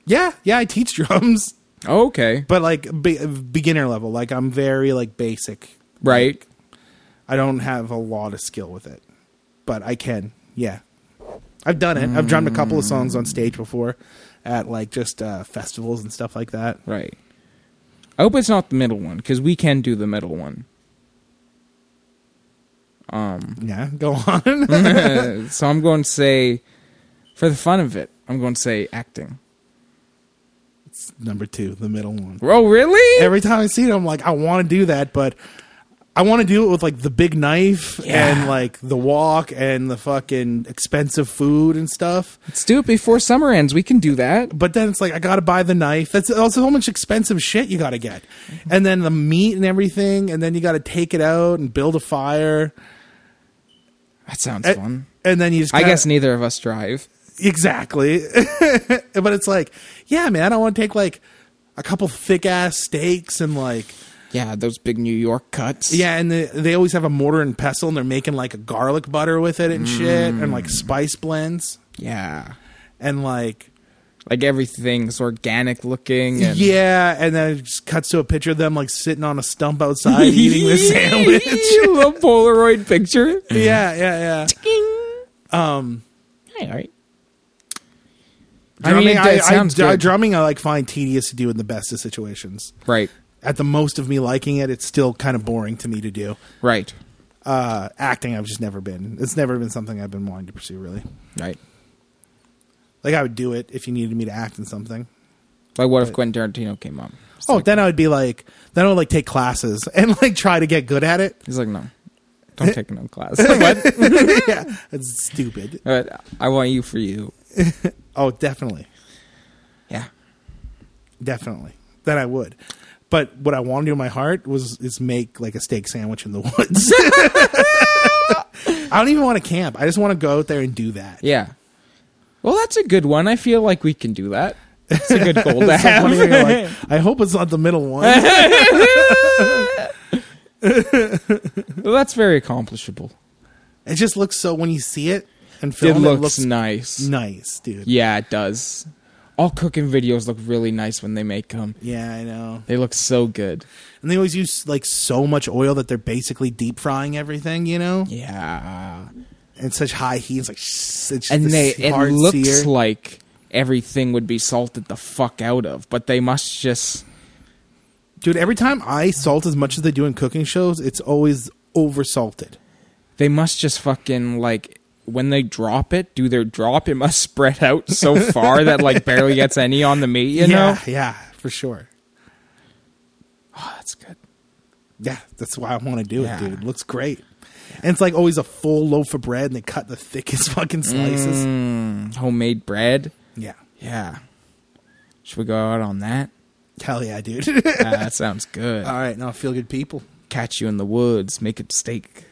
Yeah, yeah. I teach drums, Okay. but like be- beginner level. Like I'm very like basic. Right. I don't have a lot of skill with it, but I can. Yeah, I've done it. I've drummed a couple of songs on stage before, at like just uh, festivals and stuff like that. Right. I hope it's not the middle one because we can do the middle one. Yeah, go on. so I'm going to say, for the fun of it, I'm going to say acting. Number two, the middle one. Oh, really? every time I see it, I'm like, I want to do that, but I want to do it with like the big knife Yeah. and like the walk and the fucking expensive food and stuff. Let's do it before summer ends. We can do that. But then it's like I gotta buy the knife. That's also how much expensive shit you gotta get, and then the meat and everything, and then you gotta take it out and build a fire. That sounds A- fun. And then you just I Eh, kinda- guess neither of us drive. exactly. but it's like, yeah, man, I want to take like a couple thick ass steaks and like Yeah, those big New York cuts. Yeah, and the, they always have a mortar and pestle, and they're making like a garlic butter with it and shit, and Mm. like spice blends, Yeah. and like Like everything's organic looking and yeah, and then it just cuts to a picture of them like sitting on a stump outside eating this sandwich. a little Polaroid picture. yeah, Mm-hmm. yeah, yeah. Um all right. I Drumming, I, mean, I, that sounds I- good. drumming, I like find tedious to do in the best of situations. right. At the most of me liking it, it's still kind of boring to me to do. Right. Uh, acting, I've just never been. It's never been something I've been wanting to pursue. Really, Right. like I would do it if you needed me to act in something. Like what if Quentin Tarantino came up? Oh, then I would be like, then I would like take classes and like try to get good at it. He's like, No. Don't take no class. what? yeah, it's stupid. But I want you for you. Oh, definitely, Yeah. definitely. Then I would. But what I want to do in my heart was is make like a steak sandwich in the woods. I don't even want to camp. I just want to go out there and do that. Yeah. Well, that's a good one. I feel like we can do that. It's a good goal to It's so funny when have. you're like, I hope it's not the middle one. Well, that's very accomplishable. it just looks so when you see it and It film looks, it looks nice. nice, dude. Yeah, it does. All cooking videos look really nice when they make them. Yeah, I know. They look so good. And they always use like so much oil that they're basically deep frying everything, you know? Yeah, and such high heat. It's like shh, it's and this they it hard looks sear. like everything would be salted the fuck out of, but they must just dude. Every time I salt as much as they do in cooking shows, it's always over salted. they must just fucking like when they drop it, do their drop. It must spread out so far that like barely gets any on the meat. You know? yeah, yeah, for sure. Oh, that's good. Yeah, that's why I want to do Yeah. it, dude. It looks great. And it's like always a full loaf of bread, and they cut the thickest fucking slices. Homemade bread. Yeah, Yeah. Should we go out on that? hell yeah, dude. Ah, that sounds good. All right, now feel good people. Catch you in the woods. Make a steak.